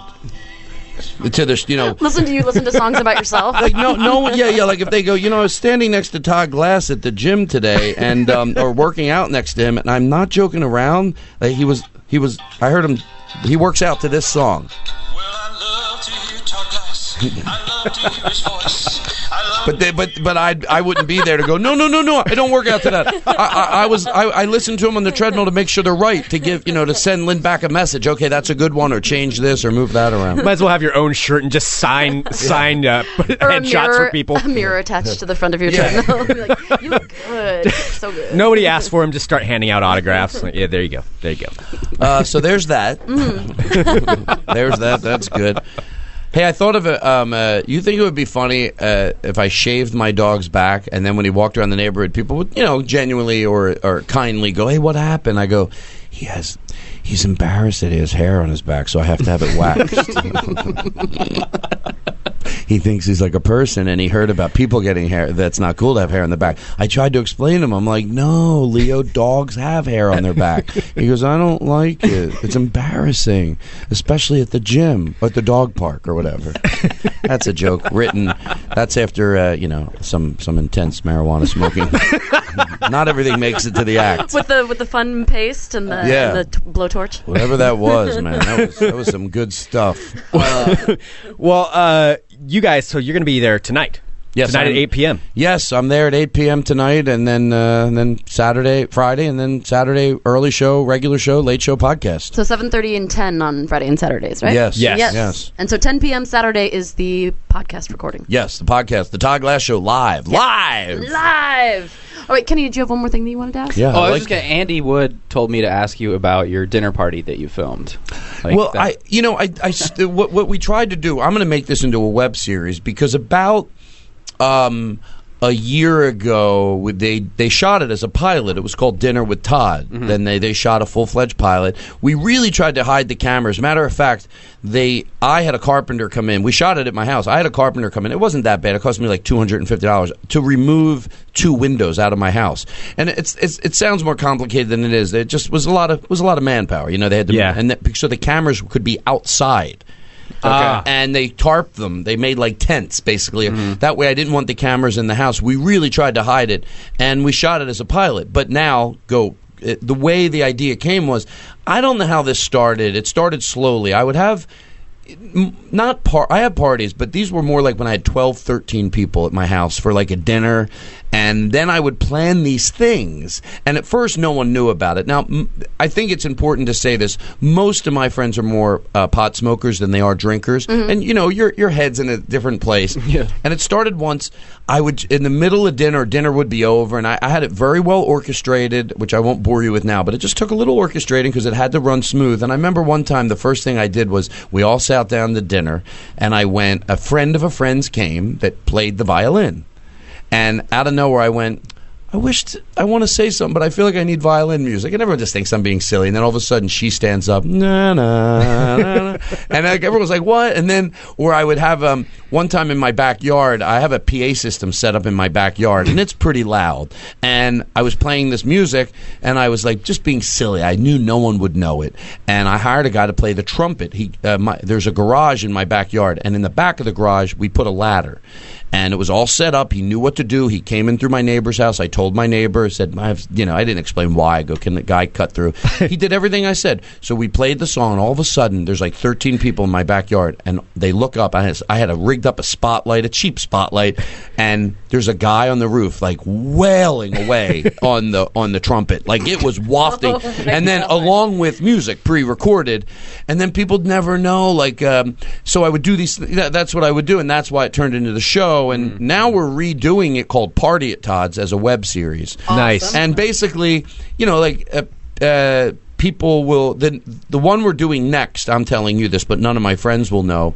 to this, you know, listen to you listen to songs about yourself. like no no one- yeah yeah like if they go you know I was standing next to Todd Glass at the gym today and um, or working out next to him and I'm not joking around like he was he was I heard him he works out to this song Well, I love to hear talk nice. I love to hear his voice. I love but they, but but I I wouldn't be there to go no no no no I don't work out to that I I, I was I, I listened to him on the treadmill to make sure they're right to give you know to send Lynn back a message okay that's a good one or change this or move that around Might as well have your own shirt and just sign sign uh, Or a headshots mirror- for people. A mirror attached to the front of your treadmill. Be like, you look good. So good. Nobody asked for him. Just start handing out autographs. Like, yeah, there you go. There you go. Uh, so there's that. there's that. That's good. Hey, I thought of a. Um, uh, you think it would be funny uh, if I shaved my dog's back, and then when he walked around the neighborhood, people would, you know, genuinely or or kindly go, "Hey, what happened?" I go, "He has, he's embarrassed that he has hair on his back, so I have to have it waxed." he thinks he's like a person, and he heard about people getting hair. That's not cool to have hair on the back. I tried to explain to him. I'm like, "No, Leo, dogs have hair on their back." he goes, "I don't like it. It's embarrassing, especially at the gym, or at the dog park, or whatever." That's a joke written. That's after uh, you know some some intense marijuana smoking. Not everything makes it to the act. With the with the fun paste and the, Yeah. and the t- blowtorch. Whatever that was, man, that was that was some good stuff. Well, uh, you guys. So you're going to be there tonight. Yes, tonight I'm- at 8 p.m. Yes, I'm there at 8 p.m. tonight, and then uh, and then Saturday, Friday, and then Saturday early show, regular show, late show podcast. So seven thirty and ten on Friday and Saturdays, right? Yes, Yes. Yes. yes, And so 10 p.m. Saturday is the podcast recording. yes. The podcast, the Todd Glass Show, live, live. Live. All right, Kenny, did you have one more thing that you wanted to ask? Yeah, Oh, I I was just like gonna, Andy Wood told me to ask you about your dinner party that you filmed. Like well, that- I, you know, I, I s- what, what we tried to do, I'm going to make this into a web series because about um, a year ago, we- they they shot it as a pilot. It was called Dinner with Todd. Then they they shot a full fledged pilot. We really tried to hide the cameras. Matter of fact, they I had a carpenter come in. We shot it at my house. I had a carpenter come in. It wasn't that bad. It cost me like two hundred and fifty dollars to remove two windows out of my house. And it's, it's it sounds more complicated than it is. It just was a lot of was a lot of manpower. You know, they had to Yeah. and that, so the cameras could be outside. Ah. Uh, And they tarped them. They made like tents, basically. That way, I didn't want the cameras in the house. We really tried to hide it, and we shot it as a pilot. But now, go it, the way the idea came was, I don't know how this started. It started slowly. I would have m- not par I had parties, but these were more like when I had 12, 13 people at my house for like a dinner, and then I would plan these things. And at first, no one knew about it. Now, m- I think it's important to say this: most of my friends are more uh, pot smokers than they are drinkers, and you know, your your head's in a different place. Yeah. And it started once. I would in the middle of dinner, dinner would be over, and I, I had it very well orchestrated, which I won't bore you with now, but it just took a little orchestrating because it had to run smooth. And I remember one time the first thing I did was we all sat down to dinner, and I went. A friend of a friend's came that played the violin, and out of nowhere I went. I wished I want to say something, but I feel like I need violin music. And everyone just thinks I'm being silly. And then all of a sudden, she stands up, na na, na, na. and like everyone was like, "What?" And then, or I would have um, one time in my backyard. I have a PA system set up in my backyard, and it's pretty loud. And I was playing this music, and I was like, just being silly. I knew no one would know it, and I hired a guy to play the trumpet. He, uh, my, there's a garage in my backyard, and in the back of the garage, we put a ladder and it was all set up. He knew what to do. He came in through my neighbor's house. I told my neighbor, said, I have, you know, I didn't explain why. I go, can the guy cut through? he did everything I said. So we played the song. and All of a sudden, there's like 13 people in my backyard, and they look up. I had, I had a rigged up a spotlight, a cheap spotlight, and there's a guy on the roof like wailing away on the on the trumpet, like it was wafting. and then along with music pre-recorded, and then people would never know. Like, um, so I would do these. That, that's what I would do, and that's why it turned into the show. And now we're redoing it called Party at Todd's as a web series. Nice. And basically, you know, like uh, uh, people will the the one we're doing next. I'm telling you this, but none of my friends will know.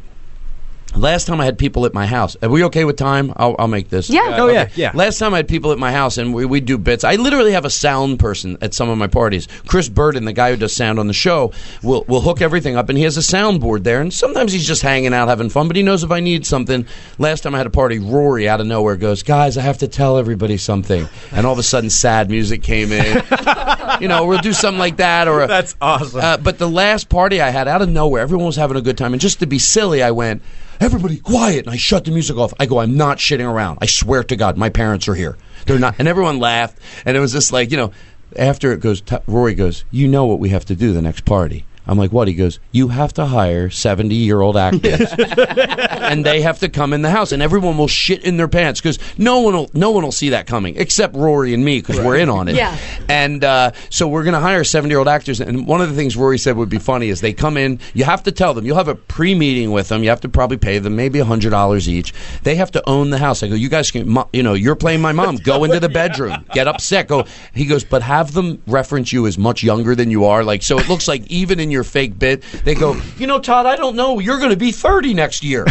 Last time I had people at my house. Are we okay with time? I'll, I'll make this. Yeah. Oh, yeah, yeah. Last time I had people at my house and we, we'd do bits. I literally have a sound person at some of my parties. Chris Burden, the guy who does sound on the show, will will hook everything up and he has a soundboard there. And sometimes he's just hanging out having fun, but he knows if I need something. Last time I had a party, Rory out of nowhere goes, Guys, I have to tell everybody something. And all of a sudden, sad music came in. you know, we'll do something like that. or a- That's awesome. uh, but the last party I had, out of nowhere, everyone was having a good time, and just to be silly, I went, "Everybody, quiet!" And I shut the music off. I go, "I'm not shitting around. I swear to God, my parents are here. They're not." And everyone laughed, and it was just like, you know, after it goes, t- Rory goes, "You know what we have to do the next party." I'm like, what? He goes, you have to hire 70 year old actors and they have to come in the house, and everyone will shit in their pants because no one will no one will see that coming except Rory and me because we're in on it. Yeah. And uh, so we're going to hire seventy year old actors, and one of the things Rory said would be funny is they come in. You have to tell them. You'll have a pre meeting with them. You have to probably pay them maybe hundred dollars each. They have to own the house. I go, you guys can, mo- you know, you're playing my mom. Go into the bedroom. Get upset. Go. He goes, but have them reference you as much younger than you are. Like so, it looks like even in your fake bit, they go, you know, Todd, I don't know. You're going to be thirty next year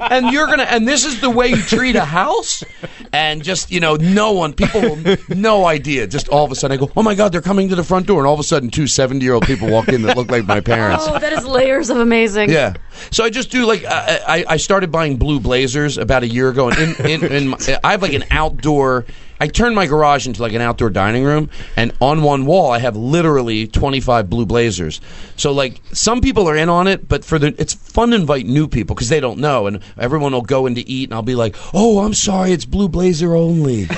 and you're gonna and this is the way you treat a house and just you know no one people will- no idea just all of a sudden i go oh my god they're coming to the front door and all of a sudden two 70 year old people walk in that look like my parents Oh, that is layers of amazing. yeah. So I just do like I, I, I started buying blue blazers about a year ago, and in, in, in my, I have like an outdoor. I turned my garage into like an outdoor dining room, and on one wall I have literally twenty five blue blazers. So like some people are in on it, but for the it's fun to invite new people because they don't know, and everyone will go in to eat, and I'll be like, "Oh, I'm sorry, it's blue blazer only."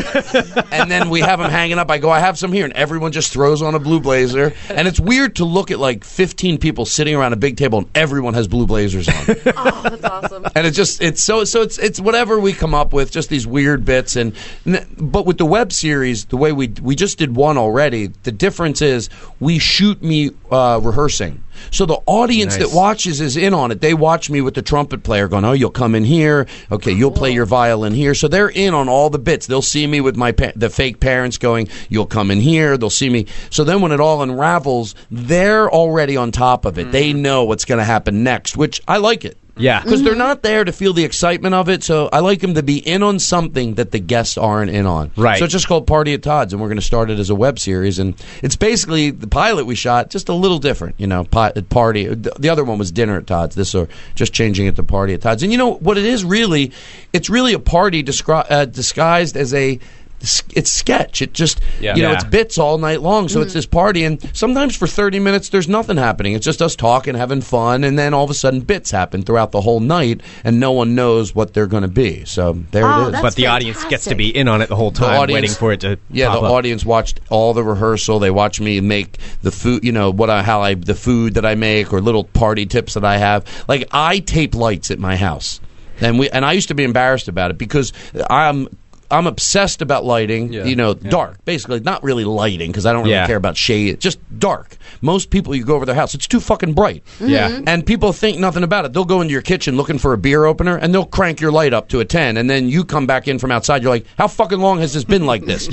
and then we have them hanging up. I go, I have some here, and everyone just throws on a blue blazer. And it's weird to look at like 15 people sitting around a big table, and everyone has blue blazers on. Oh, that's awesome. and it's just it's so so it's it's whatever we come up with, just these weird bits. And, and- but with the web series, the way we we just did one already. The difference is we shoot me uh, rehearsing. So the audience Nice. that watches is in on it. They watch me with the trumpet player going, "Oh, you'll come in here. Okay, you'll play your violin here." So they're in on all the bits. They'll see me with my pa- the fake parents going, "You'll come in here." They'll see me. So then when it all unravels, they're already on top of it. They know what's going to happen next, which I like it. Mm-hmm. Yeah. Because they're not there to feel the excitement of it, so I like them to be in on something that the guests aren't in on. Right. So it's just called Party at Todd's, and we're going to start it as a web series, and it's basically the pilot we shot, just a little different, you know. Pi- party. The the other one was Dinner at Todd's. This or just changing it to Party at Todd's. And you know what it is really? It's really a party discri- uh, disguised as a s- it's sketch. It just Yeah. you know Yeah. it's bits all night long. So it's Mm. this party, and sometimes for thirty minutes there's nothing happening. It's just us talking, having fun, and then all of a sudden bits happen throughout the whole night, and no one knows what they're going to be. So there Oh, it is. that's but the audience gets to fantastic. be in on it the whole time, audience- waiting for it to yeah, pop the up. audience watched all the rehearsal. They watched me make the food, you know, what I, how I, the food that I make or little party tips that I have. Like I tape lights at my house. And we, and I used to be embarrassed about it because I'm, I'm obsessed about lighting, Yeah. you know, dark, basically not really lighting because I don't really Yeah. care about shade. It's just dark. Most people, you go over their house, it's too fucking bright. Yeah. And people think nothing about it. They'll go into your kitchen looking for a beer opener and they'll crank your light up to a 10. And then you come back in from outside. You're like, how fucking long has this been like this?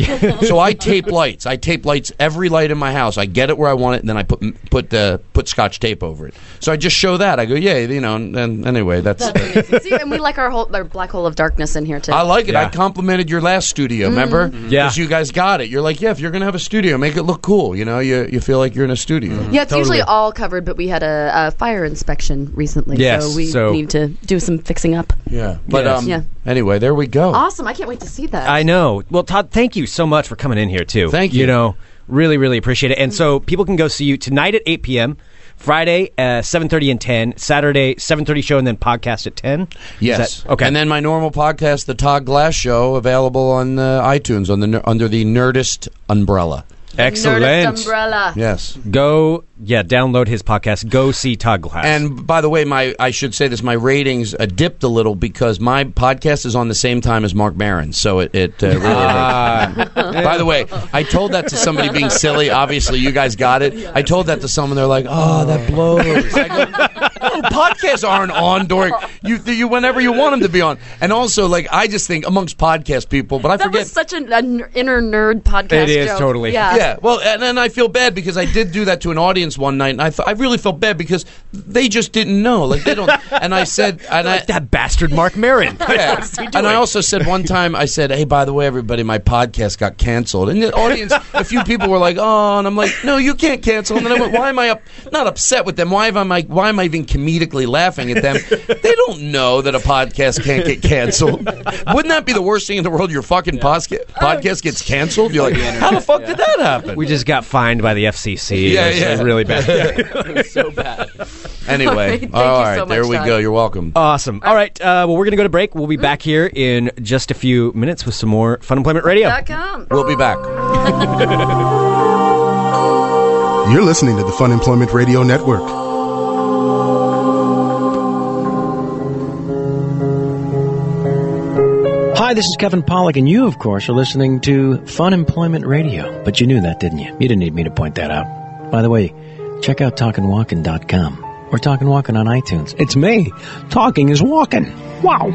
so I tape lights. I tape lights, every light in my house. I get it where I want it. And then I put put uh, put scotch tape over it. So I just show that. I go, yeah, you know, and, and anyway, that's. See, and we like our whole our black hole of darkness in here too. I like it. I Yeah. complimented your last studio, remember? Mm. Yeah. Because you guys got it. You're like, yeah, if you're going to have a studio, make it look cool. You know, you, you feel like you're in a studio. yeah, it's Totally. usually all covered, but we had a, a fire inspection recently, Yes, so we so- need to do some fixing up. Yeah. But Yes. um, Yeah. anyway, there we go. Awesome! I can't wait to see that. I know. Well, Todd, thank you so much for coming in here too. Thank you. You know, really, really appreciate it. And so people can go see you tonight at eight p.m. Friday, uh, seven thirty and ten. Saturday, seven thirty show, and then podcast at ten. Yes. okay. And then my normal podcast, The Todd Glass Show, available on uh, iTunes on the ner- under the Nerdist umbrella. excellent. Nerdist umbrella. Yes. Go, yeah, download his podcast. Go see Todd Glass. And by the way, my I should say this: my ratings uh, dipped a little because my podcast is on the same time as Mark Maron, so it. it uh, really by the way, I told that to somebody being silly. Obviously, you guys got it. I told that to someone. They're like, "Oh, that blows." I go, "No, podcasts aren't on during you, you whenever you want them to be on. And also, like, I just think amongst podcast people, but I That forget was such an, an inner nerd podcast. It is, joke. totally. Yeah. Yeah, well, and then I feel bad because I did do that to an audience one night, and I, fe- I really felt bad because they just didn't know, like they don't. And I said, and I. like that bastard Mark Marin. yeah. And I also said one time, I said, "Hey, by the way, everybody, my podcast got canceled." And the audience, a few people were like, "Oh," and I'm like, "No, you can't cancel." And then I went, "Why am I up? Not upset with them? Why am I? Why am I even comedically laughing at them? They don't know that a podcast can't get canceled. Wouldn't that be the worst thing in the world? Your fucking posca- podcast gets canceled. You're like, how the fuck did that happen? we just got fined by the FCC. Yeah, It was, yeah. uh, really bad. so bad. Anyway, all right, Thank you so much, there we Todd. go. You're welcome. Awesome. All right. Uh, well, we're going to go to break. We'll be back here in just a few minutes with some more Fun Employment Radio. Dot com. we'll be back. You're listening to the Fun Employment Radio Network. Hi, this is Kevin Pollock, and you, of course, are listening to Fun Employment Radio. But you knew that, didn't you? You didn't need me to point that out. By the way, check out talkin'walkin.com or Talkin' Walkin' on iTunes. It's me. Talking is walking. Wow.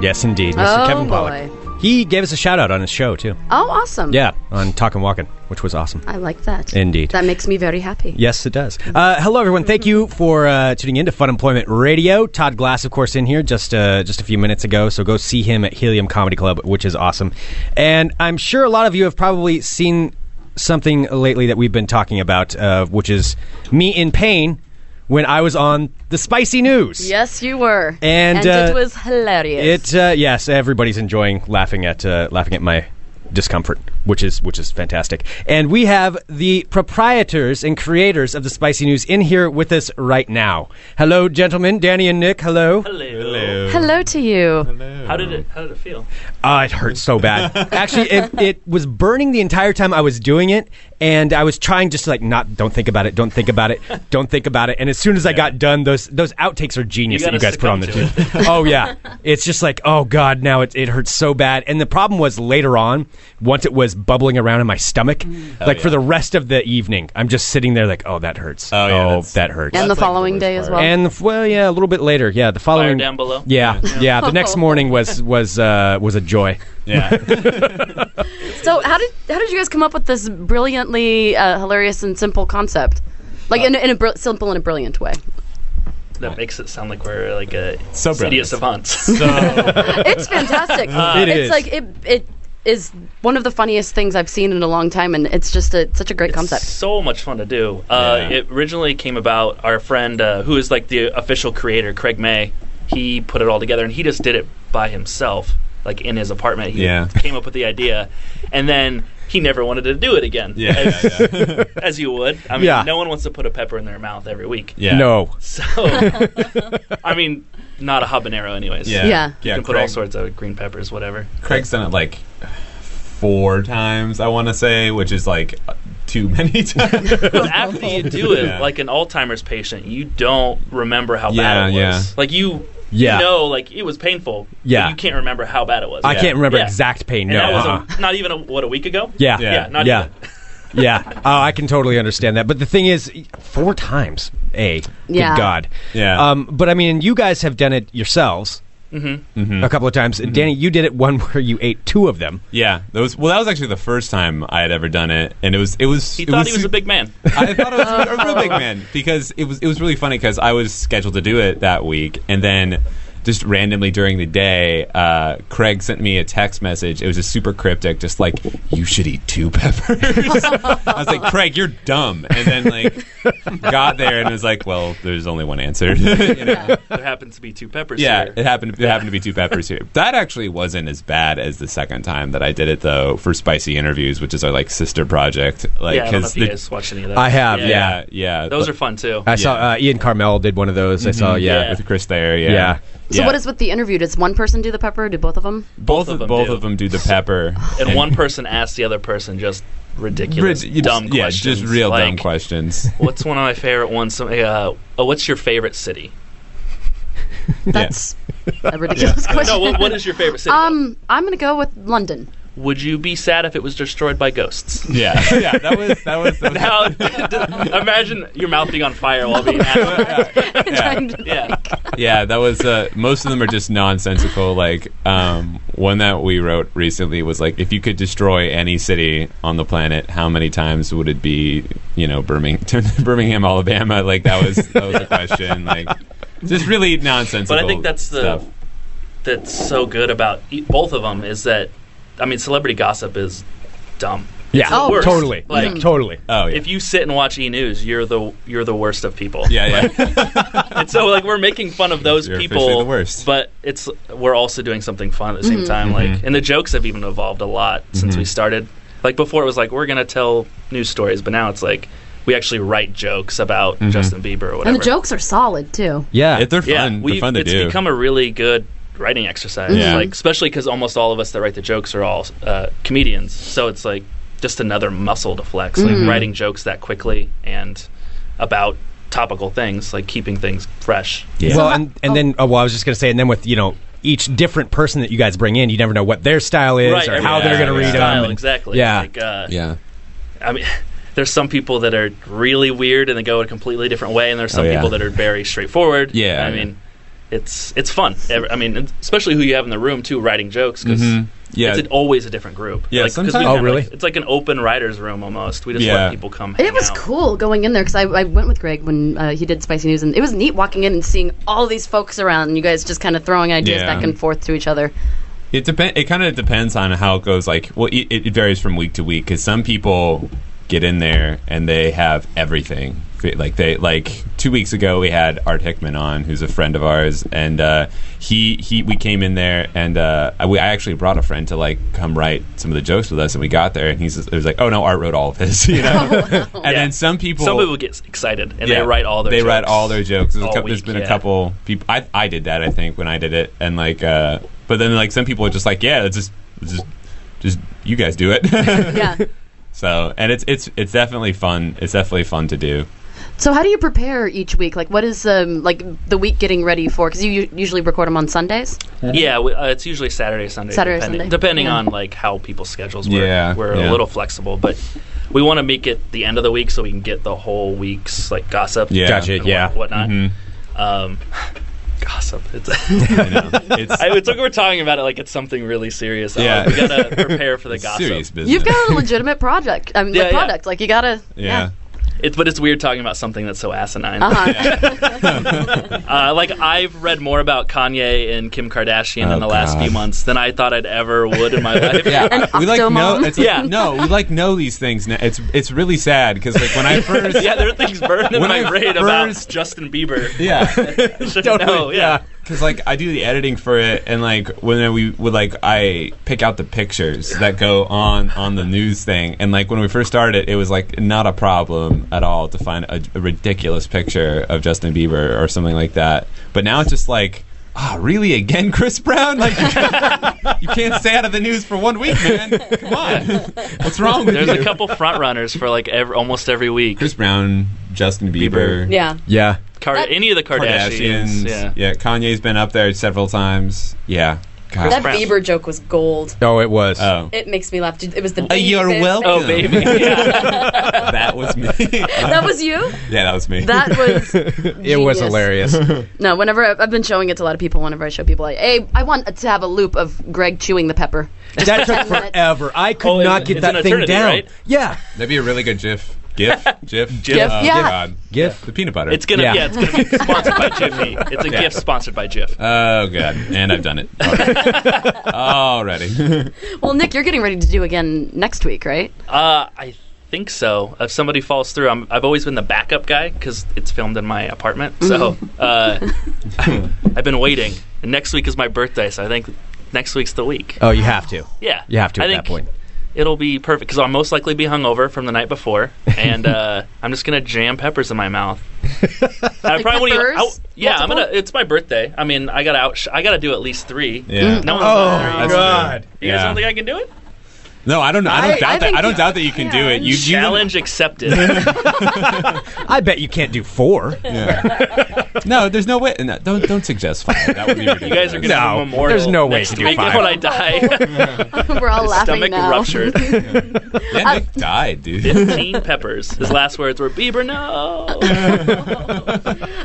Yes, indeed. Mr. Oh, Kevin boy. Pollak. He gave us a shout out on his show, too. Oh, awesome. Yeah, on Talkin' Walkin', which was awesome. I like that. Indeed. That makes me very happy. Yes, it does. Uh, hello, everyone. Thank you for uh, tuning in to Fun Employment Radio. Todd Glass, of course, in here just uh, just a few minutes ago. So go see him at Helium Comedy Club, which is awesome. And I'm sure a lot of you have probably seen something lately that we've been talking about, uh, which is me in pain when I was on the spicy news. Yes, you were. And, uh, it was hilarious. It uh, yes, everybody's enjoying laughing at uh, laughing at my discomfort, which is which is fantastic. And we have the proprietors and creators of the Spicy News in here with us right now. Hello, gentlemen, Danny and Nick. Hello. Hello to you. How did it? How did it feel? Ah, it hurt so bad. Actually, it, it was burning the entire time I was doing it, and I was trying just to like not don't think about it, don't think about it, don't think about it. And as soon as I got done, those those outtakes are genius You that you gotta guys put on the succumb tube. oh yeah, it's just like oh god, now it it hurts so bad. And the problem was later on, once it was bubbling around in my stomach, Mm. Oh, like for the rest of the evening, I'm just sitting there like oh that hurts, oh, yeah, that's- that hurts. and the following day as well. And f- well, yeah, a little bit later. Yeah, the following down below? Yeah, yeah. the next morning was was uh, was a joy. Yeah. so, how did how did you guys come up with this brilliantly uh, hilarious and simple concept? Like Uh, in, a- in a br- simple and a brilliant way. that makes it sound like we're like a So city of brilliant. savants. It's fantastic. It it's is. like it it is one of the funniest things I've seen in a long time, and it's just a, such a great concept. so much fun to do. Uh, Yeah. It originally came about our friend uh, who is like the official creator, Craig May. He put it all together and he just did it by himself. like in his apartment. He Yeah. came up with the idea, and then he never wanted to do it again. Yeah, as, yeah, as you would. I mean, Yeah. no one wants to put a pepper in their mouth every week. Yeah. No. So, I mean, not a habanero, anyways. Yeah. Yeah. You Yeah, can put all Craig- sorts of green peppers, whatever. Craig's done it like four times, I want to say, which is like too many times. But after you do it, Yeah. like an Alzheimer's patient, you don't remember how Yeah, bad it yeah. was. Like you Yeah. know, like it was painful. but Yeah. you can't remember how bad it was. I Yeah. can't remember Yeah. exact pain. And No, that was a- Uh-huh. uh-uh. not even a, what a week ago. Yeah, yeah, yeah, not yeah. even- yeah. Oh, I can totally understand that. But the thing is, four times. A, Yeah. good God. Yeah. Um, but I mean, you guys have done it yourselves Mhm. a couple of times. Danny, you did it one where you ate two of them. Yeah, that was well. That was actually the first time I had ever done it, and it was it was. He it thought was he was a big man. I thought it was a real big man because it was it was really funny because I was scheduled to do it that week, and then just randomly during the day, uh, Craig sent me a text message. It was just super cryptic, just like you should eat two peppers. I was like, Craig, you're dumb, and then like got there and was like, well, there's only one answer. There happens to be two peppers. yeah, here. it happened. There happened to be two peppers here. That actually wasn't as bad as the second time that I did it, though. For spicy interviews, which is our like sister project, like yeah, I don't know 'cause if you the- guys watch any of those. I have, yeah. yeah, yeah, Those but- are fun too. I saw uh, Ian Carmel did one of those. I saw, Mhm. yeah. with Chris there. Yeah, Yeah. So what is with the interview? Does one person do the pepper? Do both of them? both, of them both do. of them do the pepper and one person asked the other person just ridiculous, Rid- dumb yeah, questions. just real dumb like, questions. What's one of my favorite ones? Some- Uh, oh, what's your favorite city? That's a ridiculous question. No, what, what is your favorite city? Um, I'm gonna go with London. Would you be sad if it was destroyed by ghosts? Yeah, yeah, that was that was. Now, imagine your mouth being on fire while being asked. yeah. yeah, that was. Uh, most of them are just nonsensical. Like um, one that we wrote recently was like, if you could destroy any city on the planet, how many times would it be? You know, Birmingham, Birmingham, Alabama. Like that was that was a question. Like just really nonsensical. But I think that's the stuff. that's so good about e- both of them is that I mean, celebrity gossip is dumb. Yeah. It's the Oh, worst. totally. Mhm. Totally. Oh, If you sit and watch E News, you're the you're the worst of people. Yeah, yeah. and so like we're making fun of those You're officially people, the worst. but it's we're also doing something fun at the same Mhm. time. Like, Mhm. Mm-hmm. and the jokes have even evolved a lot since we Mhm. started. Like before, it was like we're gonna tell news stories, but now it's like we actually write jokes about Mm-hmm. Mhm. Justin Bieber or whatever. And the jokes are solid too. Yeah, they're fun. Yeah, they're we've- fun to it's do. become a really good writing exercise. Yeah. Like especially because almost all of us that write the jokes are all uh, comedians, so it's like just another muscle to flex. Like Mhm. writing jokes that quickly and about topical things, like keeping things fresh. Well, and, and then, oh, well, I was just going to say, and then with, you know, each different person that you guys bring in, you never know what their style is Right, or how everyone's they're got going to their read style, them. and- Exactly. Yeah. Like, uh, yeah. I mean, there's some people that are really weird and they go a completely different way, and there's some Oh, yeah. people that are very straightforward. Yeah, I yeah. mean, it's it's fun. Ev- I mean, and especially who you have in the room too, writing jokes because Mhm. Yeah. it's an- always a different group. Yeah, 'cause we sometimes- have, Oh, really? like- it's like an open writers room almost. We just Yeah. let people come. It was cool going in there because I, I went with Greg when uh, he did Spicy News, and it was neat walking in and seeing all these folks around, and you guys just kind of throwing ideas Yeah. back and forth to each other. It depend. It kind of depends on how it goes. Like, well, it, it varies from week to week because some people get in there and they have everything. Like they like two weeks ago we had Art Hickman on, who's a friend of ours, and uh, he he we came in there and uh, I, we, I actually brought a friend to like come write some of the jokes with us, and we got there and he's it was like, oh no, Art wrote all of his, you know. and then some people Some people get excited and Yeah. they write all their. they jokes write all their jokes. There's, a all cou- there's week, been a yeah. couple people. I I did that I think when I did it, and like, uh, but then like some people are just like, yeah, it's just it's just just you guys do it. Yeah. So and it's it's it's definitely fun. It's definitely fun to do. So how do you prepare each week? Like, what is um, like the week getting ready for? Because you u- usually record them on Sundays. Yeah, we, uh, it's usually Saturday, Sunday, Saturday, depending, Sunday. depending Yeah. on like how people's schedules work. Yeah, we're a yeah. little flexible, but we want to make it the end of the week so we can get the whole week's like gossip. Yeah. Gotcha, and yeah. what- whatnot. Mhm. Um, gossip. It's. It's- I, it's like we're talking about it like it's something really serious. I'm Yeah. like, we gotta prepare for the It's gossip. serious business. You've got a legitimate project. I mean, Yeah, like, yeah. product. Like, you gotta. Yeah. It's but it's weird talking about something that's so asinine. Uh-huh. uh, like I've read more about Kanye and Kim Kardashian Oh, in the last God. few months than I thought I'd ever would in my life. we like know. It's like, yeah. no, we like know these things. Now. It's it's really sad because like when I first yeah, there are things burned in When my I brain about Justin Bieber. Yeah. Should know, yeah. because like I do the editing for it, and like when we would like I pick out the pictures that go on on the news thing, and like when we first started, it was like not a problem at all to find a, a ridiculous picture of Justin Bieber or something like that. But now it's just like. Ah, really? Again, Chris Brown? Like you can't, you can't stay out of the news for one week, man. Come on, what's wrong with There's you? a couple front runners for like ev almost every week. Chris Brown, Justin Bieber. Yeah. Yeah. Car- any of the Kardashians. Yeah. yeah. Kanye's been up there several times. Yeah. God. that Bieber joke was gold. Oh, it was. Uh, Oh. It makes me laugh. It was the. Uh, you're baby. welcome. Oh, baby. that was me. that was you. Yeah, that was me. That was. It was hilarious. No, whenever I- I've been showing it to a lot of people, whenever I show people, like, hey, I want to have a loop of Greg chewing the pepper. Just That took pretend that- forever. I could Oh, it's- not get it's that an thing eternity, down. right? Yeah. That'd be a really good GIF. GIF? GIF? GIF, Oh, yeah. God. GIF? The peanut butter. It's gonna yeah. it's gonna be sponsored by Jiffy. It's a Yeah. gift sponsored by Jiff. Oh, God. And I've done it. Already. Already. Well, Nick, you're getting ready to do again next week, right? Uh, I think so. If somebody falls through, I'm, I've always been the backup guy because it's filmed in my apartment. So uh, Mm-hmm. I've been waiting. And next week is my birthday, so I think next week's the week. Oh, you have to. Yeah, You have to I at think that point. It'll be perfect because I'll most likely be hungover from the night before, and uh, I'm just gonna jam peppers in my mouth. And I probably won't even- I- peppers? yeah, I'm Multiple? gonna. It's my birthday. I mean, I gotta out. I gotta do at least three. Yeah. No one's Oh, done three. that's God. You guys Yeah. don't think I can do it? No, I don't know. I don't I- doubt I that. think I don't doubt that you can do it. You, you Challenge accepted. I bet you can't do four. No, there's no way. No, don't don't suggest five. That would be ridiculous. You guys are gonna No, have a memorial. there's no way next to do week five. when I die. We're all laughing Stomach now. ruptured. Yeah, Nick died, dude. Fifteen peppers. His last words were Bieber. No.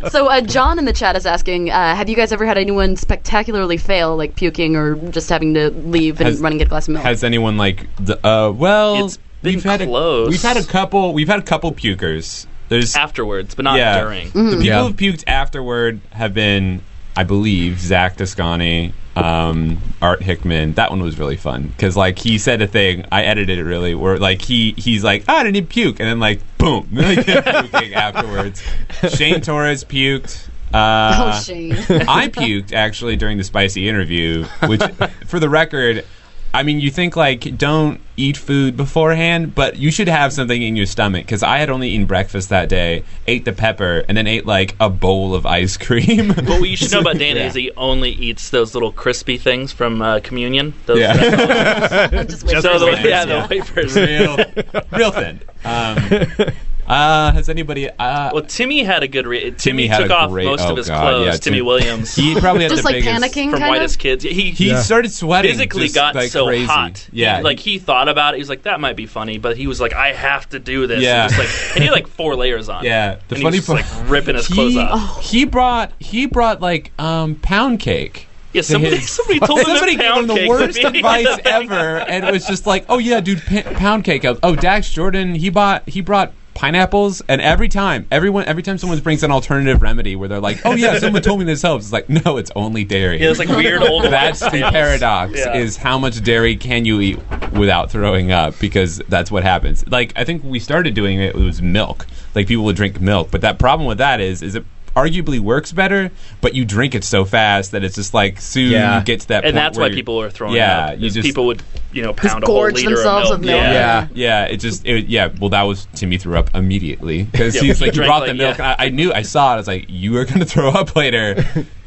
So, uh, John in the chat is asking, uh, have you guys ever had anyone spectacularly fail, like puking or just having to leave and Has- run and get a glass of milk? Has anyone like the? Uh, well, It's been we've had close. A, we've had a couple. We've had a couple pukers. There's Afterwards, but not yeah. during. The people Yeah. who've puked afterward have been, I believe, Zach Toscani, um, Art Hickman. That one was really fun because like he said a thing. I edited it really where like he he's like "Ah, I didn't even puke, and then like boom, like, puking afterwards. Shane Torres puked. Uh, oh, Shane. I puked actually during the spicy interview, which, for the record, I mean, you think like don't eat food beforehand, but you should have something in your stomach because I had only eaten breakfast that day, ate the pepper, and then ate like a bowl of ice cream. But what you should know about Danny is he only eats those little crispy things from uh, communion. Those Yeah. I'm just So waiting. the- wafers, yeah, yeah. the real, wafers. real thin. Um, uh, has anybody? Uh, Well, Timmy had a good. Re- Timmy, Timmy had took a off great- most oh, of his God, clothes. yeah, Timmy Tim- Williams he probably had Just the like biggest. panicking, from kind Whitest of? Kids. Yeah, He, He Yeah. started sweating. physically just, got like, so crazy. hot. Yeah, like he thought about it. He was like, "That might be funny," but he was like, "I have to do this." Yeah. and, just like, and he had like four layers on. Yeah, the funny he was just, like ripping his clothes he, off. He brought he brought like um pound cake. Yeah, to somebody, his- somebody told him somebody that gave pound him the cake worst would be- advice ever, and it was just like, oh yeah, dude, p- pound cake. Oh, Dax Jordan, he bought he brought pineapples, and every time, everyone, every time someone brings an alternative remedy where they're like, oh yeah, someone told me this helps. It's like, no, it's only dairy. Yeah, it's like weird old. that's the wives' tales. paradox Yeah. is how much dairy can you eat without throwing up because that's what happens like i think we started doing it it was milk like people would drink milk but that problem with that is is it arguably works better but you drink it so fast that it's just like soon Yeah. you get to that point and that's where why you- people were throwing yeah up. you is just people would you know pound a whole gorge liter themselves of with milk. milk. Yeah. yeah, yeah. It just, it, yeah. Well, that was Timmy threw up immediately because Yeah, he's he like, you drank, brought the like, milk. yeah. I, I knew, I saw it. I was like, you are gonna throw up later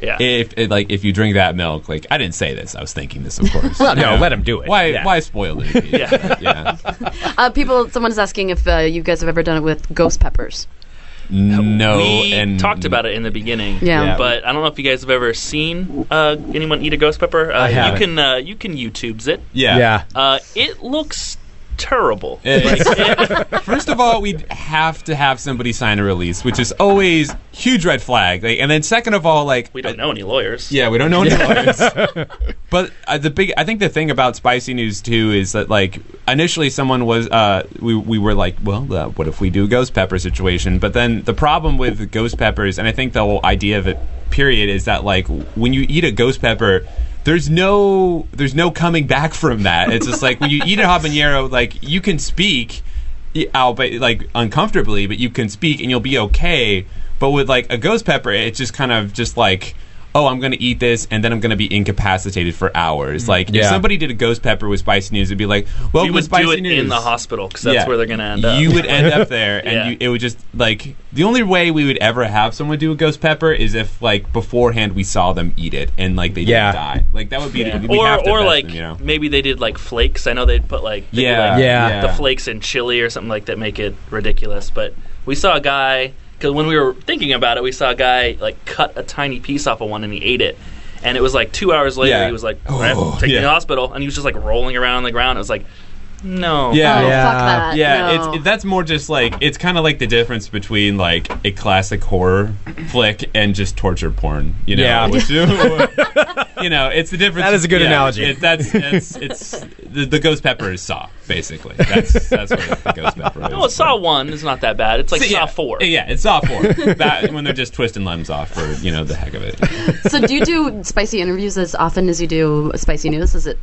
Yeah. if, it, like, if you drink that milk. Like, I didn't say this. I was thinking this, of course. Well, no, Yeah. let him do it. Why, Yeah. why spoil it? Yeah. yeah. uh, people, someone is asking if uh, you guys have ever done it with ghost peppers. No, we and talked about it in the beginning. Yeah. Yeah. But I don't know if you guys have ever seen uh, anyone eat a ghost pepper. Uh, haven't. You can uh, you can YouTube's it. Yeah. Uh, it looks terrible. Eh. First of all, we'd have to have somebody sign a release, which is always huge red flag. Like, and then second of all, like We don't know any lawyers. Yeah, we don't know any lawyers. but uh, the big, I think the thing about spicy news too is that like initially someone was, uh, we we were like, well, uh, what if we do a ghost pepper situation? But then the problem with ghost peppers, and I think the whole idea of it, period, is that like when you eat a ghost pepper. There's no, there's no coming back from that. It's just like when you eat a habanero, like you can speak, yeah, I'll be like uncomfortably, but you can speak and you'll be okay. But with like a ghost pepper, it's just kind of just like oh, I'm going to eat this and then I'm going to be incapacitated for hours. Like if Yeah. somebody did a ghost pepper with spicy news, it'd be like, well, you with would do spicy it news in the hospital because that's Yeah. where they're going to end up. You would end up there, and Yeah. you, it would just like the only way we would ever have someone do a ghost pepper is if like beforehand we saw them eat it and like they Yeah. didn't die. Like that would be Yeah. the, we have or to or vet like them, you know? maybe they did like flakes. I know they'd put like they did, Yeah. like, Yeah. the flakes in chili or something like that make it ridiculous. But we saw a guy because when we were thinking about it, we saw a guy like cut a tiny piece off of one and he ate it. And it was like two hours later, Yeah. Oh, he was like, I have to take me to the hospital. And he was just like rolling around on the ground. It was like, no. Yeah, yeah, yeah. It's it, that's more just like it's kind of like the difference between like a classic horror flick and just torture porn. You know, Yeah. which- you know, it's the difference. That is a good yeah, analogy. It, that's it's it's the, the ghost pepper is saw basically. That's that's what the ghost pepper is. no, Oh, it's Saw 1 is not that bad. It's like So, Saw yeah. 4. Yeah, it's Saw 4. that, when they're just twisting limbs off for, you know, the heck of it. so do you do spicy interviews as often as you do spicy news? Is it?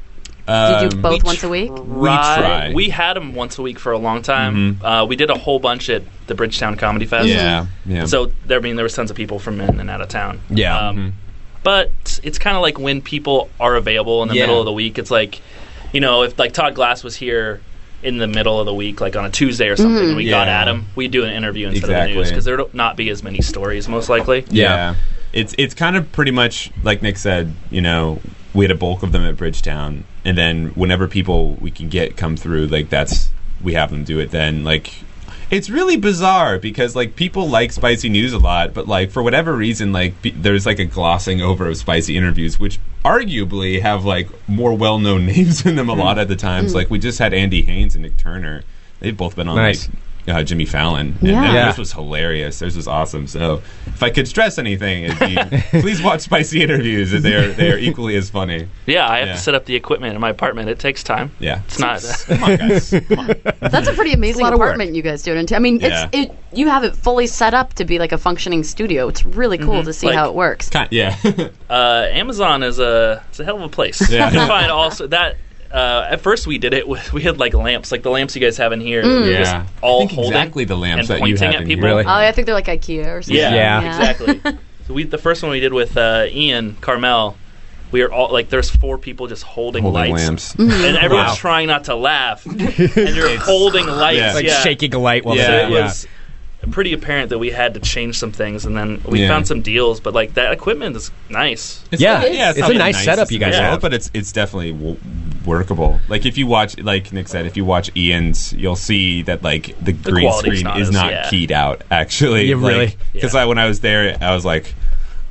do you do Um, both once a week? Right. We had them once a week for a long time. Uh, we did a whole bunch at the Bridgetown Comedy Fest. Mm-hmm. Yeah, yeah. So there, I mean, there was tons of people from in and out of town. Um, Yeah. Mm-hmm. But it's kind of like when people are available in the Yeah. middle of the week. It's like, you know, if like Todd Glass was here in the middle of the week, like on a Tuesday or something, Mhm. and we got Yeah. at him, we do an interview instead Exactly. of the news because there'd not be as many stories, most likely. Yeah. It's it's kind of pretty much like Nick said, you know, we had a bulk of them at Bridgetown and then whenever people we can get come through, like that's we have them do it then like it's really bizarre because like people like spicy news a lot, but like for whatever reason, like pe- there's like a glossing over of spicy interviews, which arguably have like more well-known names in them a lot at the times. Mm. Like we just had Andy Haynes and Nick Turner; they've both been on Nice. like uh, Jimmy Fallon. And Yeah. that- Yeah. this was hilarious. This was awesome. So if I could stress anything, it'd be, please watch spicy interviews. They are they are equally as funny. Yeah, I have Yeah. to set up the equipment in my apartment. It takes time. Yeah. It's not. That's Hmm. a pretty amazing lot of work. apartment you guys do it into. I mean, it's Yeah. it you have it fully set up to be like a functioning studio. It's really cool Mm-hmm. Mhm. to see Like- how it works. yeah. uh, Amazon is a it's a hell of a place. Yeah. You can find also that. Uh, at first, we did it with we had like lamps, like the lamps you guys have in here. that Mm. were just Yeah. I all think holding exactly the lamps and that you pointing have at in people. here. Really? Oh, I think they're like IKEA or something. Yeah, exactly. so we the first one we did with uh, Ian Carmel. We are all like there's four people just holding, Holding lights, lamps. Mhm. and everyone's Wow. trying not to laugh, and you're holding lights, It's like yeah. shaking a light while so they're- it yeah. was pretty apparent that we had to change some things, and then we Yeah. found some deals. But like that equipment is nice. not the nicest in the world, but it's it's definitely w- workable. Like if you watch, like Nick said, if you watch Ian's, you'll see that like the, green quality's screen not is as- not yeah. keyed out. Actually, Yeah, really? Because I when I was there, I was like,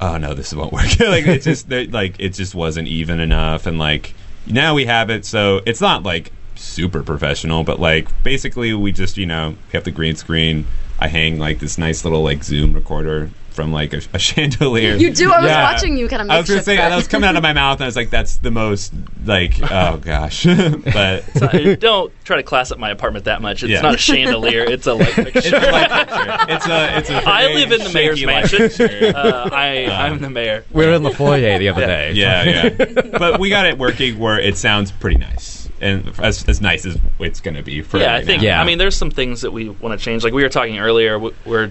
oh no, this won't work. like it just they- like it just wasn't even enough, and like now we have it, so it's not like super professional, but like basically we just you know we have the green screen. I hang like this nice little like Zoom recorder from like a, a chandelier. You do. I was Yeah. watching you kind of. I was gonna say that was coming out of my mouth, and I was like, "That's the most like, oh gosh." but So, uh, don't try to class up my apartment that much. It's Yeah. not a chandelier. It's a light fixture. It's a light fixture. It's a- it's a I very live in the shaky mayor's light mansion. fixture. Uh, I I'm the mayor. We were in the foyer the other day. yeah, yeah. But we got it working where it sounds pretty nice, and as, as nice as it's gonna be for. yeah, right I think. now. I mean, there's some things that we want to change. Like we were talking earlier, w- we're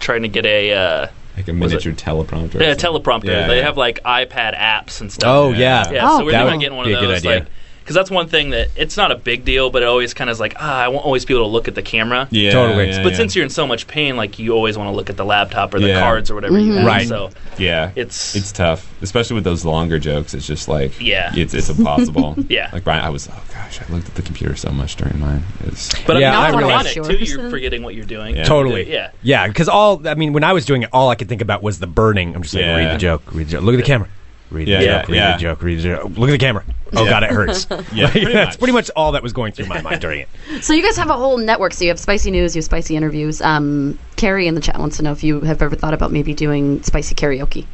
trying to get a uh, like a was it- miniature teleprompter. or Yeah, a something. teleprompter. Yeah, they yeah. have like iPad apps and stuff. Oh, yeah. Yeah, Oh, so we're that gonna would get one be of a good those, idea. like, because that's one thing that it's not a big deal, but it always kind of is like, ah, I want always people to look at the camera. Yeah, Totally. yeah, but yeah. since you're in so much pain, like you always want to look at the laptop or the Yeah. cards or whatever you Mm-hmm. have. Right. So yeah, it's it's tough, especially with those longer jokes. It's just like Yeah. it's it's impossible. Yeah. like Brian, I was oh gosh, I looked at the computer so much during mine. It's, But Yeah, I mean, I you're realize- on it too. You're forgetting what you're doing. Totally. Yeah. Yeah, because all I mean, when I was doing it, all I could think about was the burning. I'm just like, Yeah. read the joke, read the joke, look at the camera, read the Yeah, joke, yeah, read yeah. the joke, read the joke, look at the camera. Oh Yeah. god, it hurts. Yeah, Like, pretty that's pretty much all that was going through my mind during it. So you guys have a whole network. So you have spicy news, you have spicy interviews. Um, Carrie in the chat wants to know if you have ever thought about maybe doing spicy karaoke.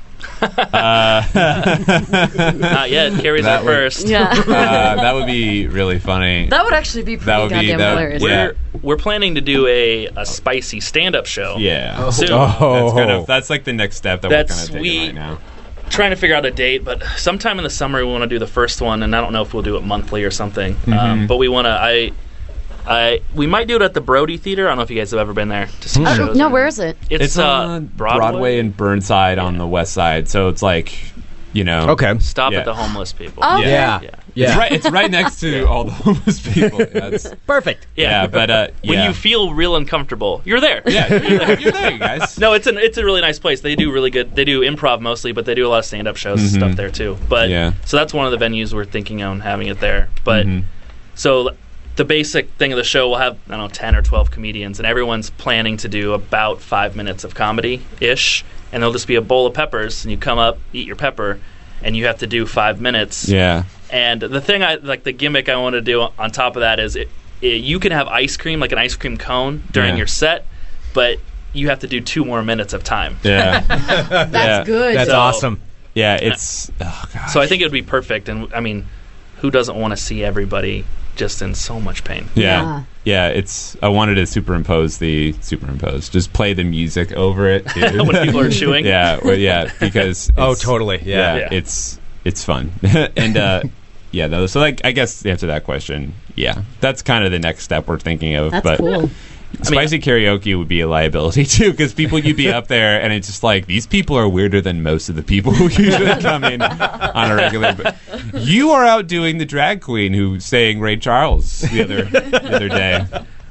Not yet. Carrie's That our would- first. Yeah. uh, that would be really funny. That would actually be pretty That would be- goddamn that would- hilarious. yeah. We're we're planning to do a, a spicy stand up show. Yeah. Soon. Oh. That's, kind of, that's like the next step that Oh. That's we're kind of we taking right now. trying to figure out a date, but sometime in the summer we want to do the first one, and I don't know if we'll do it monthly or something. Um, Mhm. but we want to. I Uh, we might do it at the Brody Theater. I don't know if you guys have ever been there to see I don't- shows. no, where is it? It's, uh, on Broadway? and Burnside on the west side, so it's like, you know, okay, Stop at the homeless people. Oh, Yeah. yeah. okay. It's right. It's right next to all the homeless people. Yeah, it's- Perfect. Yeah, but uh, When yeah. you feel real uncomfortable, you're there. Yeah, you're there, you're there, you guys. No, it's an it's a really nice place. They do really good. They do improv mostly, but they do a lot of stand up shows Mhm. and stuff there too. But Yeah. so that's one of the venues we're thinking on having it there. But Mhm. so the basic thing of the show will have I don't know ten or twelve comedians, and everyone's planning to do about five minutes of comedy ish, and there'll just be a bowl of peppers, and you come up, eat your pepper, and you have to do five minutes. yeah. And the thing I like, the gimmick I want to do on top of that is it, it, you can have ice cream, like an ice cream cone, during Yeah. your set, but you have to do two more minutes of time. Yeah. That's Yeah. good. That's So- awesome. Yeah, it's oh, God. So I think it would be perfect. And I mean, who doesn't want to see everybody just in so much pain? Yeah. yeah. it's. I wanted to superimpose the superimpose. Just play the music over it too. When people are chewing? yeah, well, yeah, because Oh, it's- totally, yeah. Yeah. it's it's fun and uh, yeah. Though, so like, I guess to answer that question, yeah, that's kind of the next step we're thinking of. That's but cool. Spicy karaoke would be a liability too, because people you'd be up there and it's just like these people are weirder than most of the people who usually come in on a regular. But you are outdoing the drag queen who sang Ray Charles the other the other day.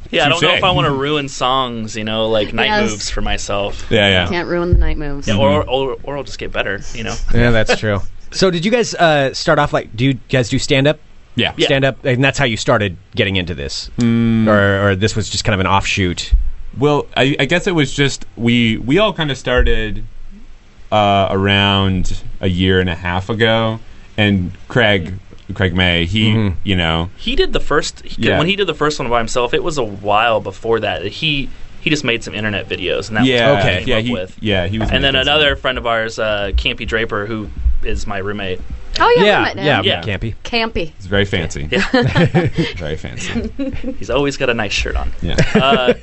Yeah, I don't know Touche. if I want to ruin songs, you know, like night Yes. moves for myself. Yeah, yeah. Can't ruin the night moves. Yeah, or, or or I'll just get better, you know. Yeah, that's true. So, did you guys uh, start off like? Do you guys do stand up? Yeah, Mm-hmm. Mm. stand up, and that's how you started getting into this, or, or this was just kind of an offshoot. Well, I, I guess it was just we we all kind of started uh, around a year and a half ago, and Craig Craig May he you know He did the first he- Yeah. when he did the first one by himself. It was a while before that. He he just made some internet videos, and that yeah was what He came yeah up he with. yeah he was and then making some- another friend of ours, uh, Campy Draper, who is my roommate. Oh yeah, we met now. Campy. Campy. It's very fancy. Yeah. very fancy. He's always got a nice shirt on. Yeah. Uh,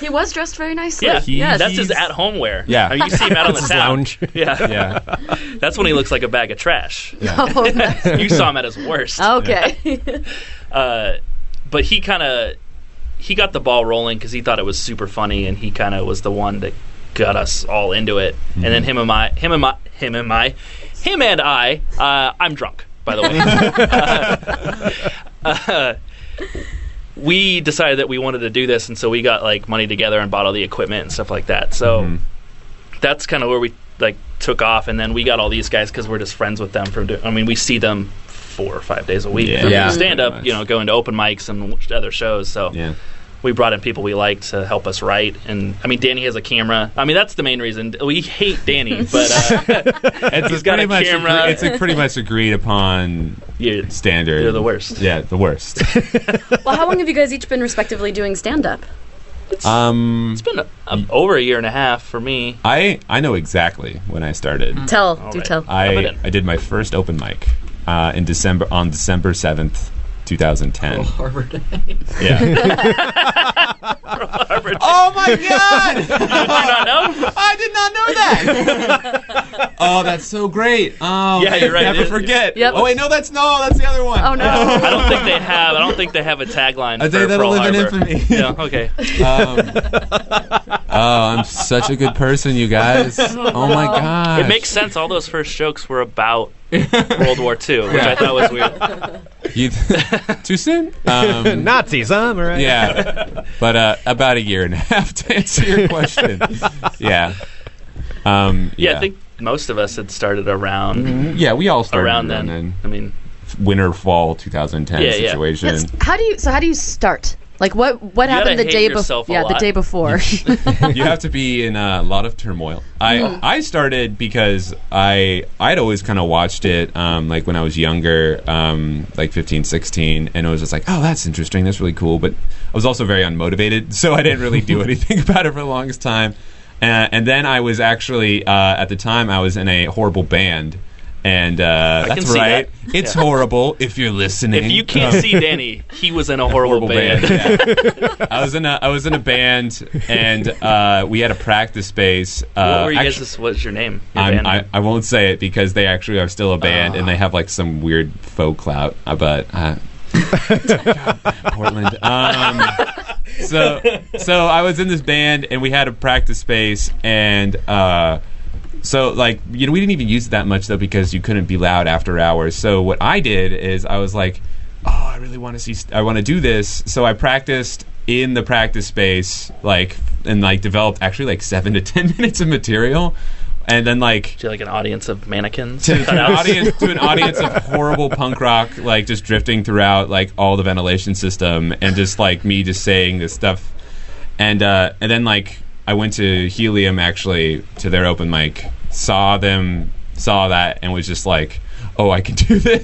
He was dressed very nicely. yeah, yes. that's his at-home wear. Yeah. I mean, you see him out on That's the his town. lounge. Yeah, yeah. That's when he looks like a bag of trash. Oh, that's- Oh, you saw him at his worst. Okay. Uh, but he kind of he got the ball rolling because he thought it was super funny, and he kind of was the one that got us all into it. And Mm-hmm. then him and my him and my him and my him and I. Uh, I'm drunk, by the way. Uh, we decided that we wanted to do this, and so we got like money together and bought all the equipment and stuff like that. So Mm-hmm. that's kind of where we like took off, and then we got all these guys because we're just friends with them from. Do- I mean, we see them four or five days a week Yeah. from Yeah. stand Pretty up, much. you know, going to open mics and w- other shows. So Yeah. we brought in people we liked to help us write, and I mean, Danny has a camera. I mean, that's the main reason we hate Danny, but uh, It's He's a got pretty a much camera. agree- it's a pretty much agreed upon standard. you're the worst. Yeah, the worst. well, how long have you guys each been respectively doing stand up? um, it's been a, a- over a year and a half for me. I I know exactly when I started. Tell, All do right. tell. I, I did my first open mic uh, in December on December seventh, two thousand ten. Harvard. Yeah. oh my god! Did you not know? I did not know that. oh, that's so great. Oh, Yeah, you're right. Never It- forget. Yep. Oh wait, no, that's no, that's the other one. Oh no. I don't think they have. I don't think they have a tagline. A for day that'll Pearl live in Harbor. infamy. Yeah. Okay. oh, I'm such a good person, you guys. Oh my god. It makes sense. All those first jokes were about World War II, which I thought was weird. You, too soon? Um, Nazis, huh? Am I right? Yeah. But uh, about a year and a half to answer your question. Yeah. Um, Yeah, yeah. I think most of us had started around. yeah, we all started around then. I mean, winter fall 2010 Yeah, yeah. situation. That's- how do you? So how do you start? Like what? What You happened gotta the day hate before? yourself a Yeah, the lot. day before. you have to be in a lot of turmoil. I I started because I I'd always kind of watched it um, like when I was younger, um, like 15, 16, and it was just like, oh, that's interesting, that's really cool. But I was also very unmotivated, so I didn't really do anything about it for the longest time. Uh, and then I was actually uh, at the time I was in a horrible band. And uh, I that's can see right. that. It's Yeah. horrible if you're listening. if you can't see Danny, he was in a Oh. horrible horrible, band. band. Yeah. I was in a I was in a band and uh, we had a practice space. Uh, what were you actu- guys? What's your name? Your I'm, band? Ah. I, I won't say it because they actually are still a band and they have like some weird faux clout. uh, But uh, Portland. Um, so, so I was in this band and we had a practice space and. Uh, so like you know we didn't even use it that much though because you couldn't be loud after hours. So what I did is I was like, oh, I really want to see, I want to do this. So I practiced in the practice space, like and like developed actually like seven to ten minutes of material, and then like like an audience of mannequins. to an Cutouts. audience to an audience of horrible punk rock, like just drifting throughout like all the ventilation system, and just like me just saying this stuff, and uh, and then like I went to Helium actually to their open mic, saw them, saw that, and was just like. Oh, I can do this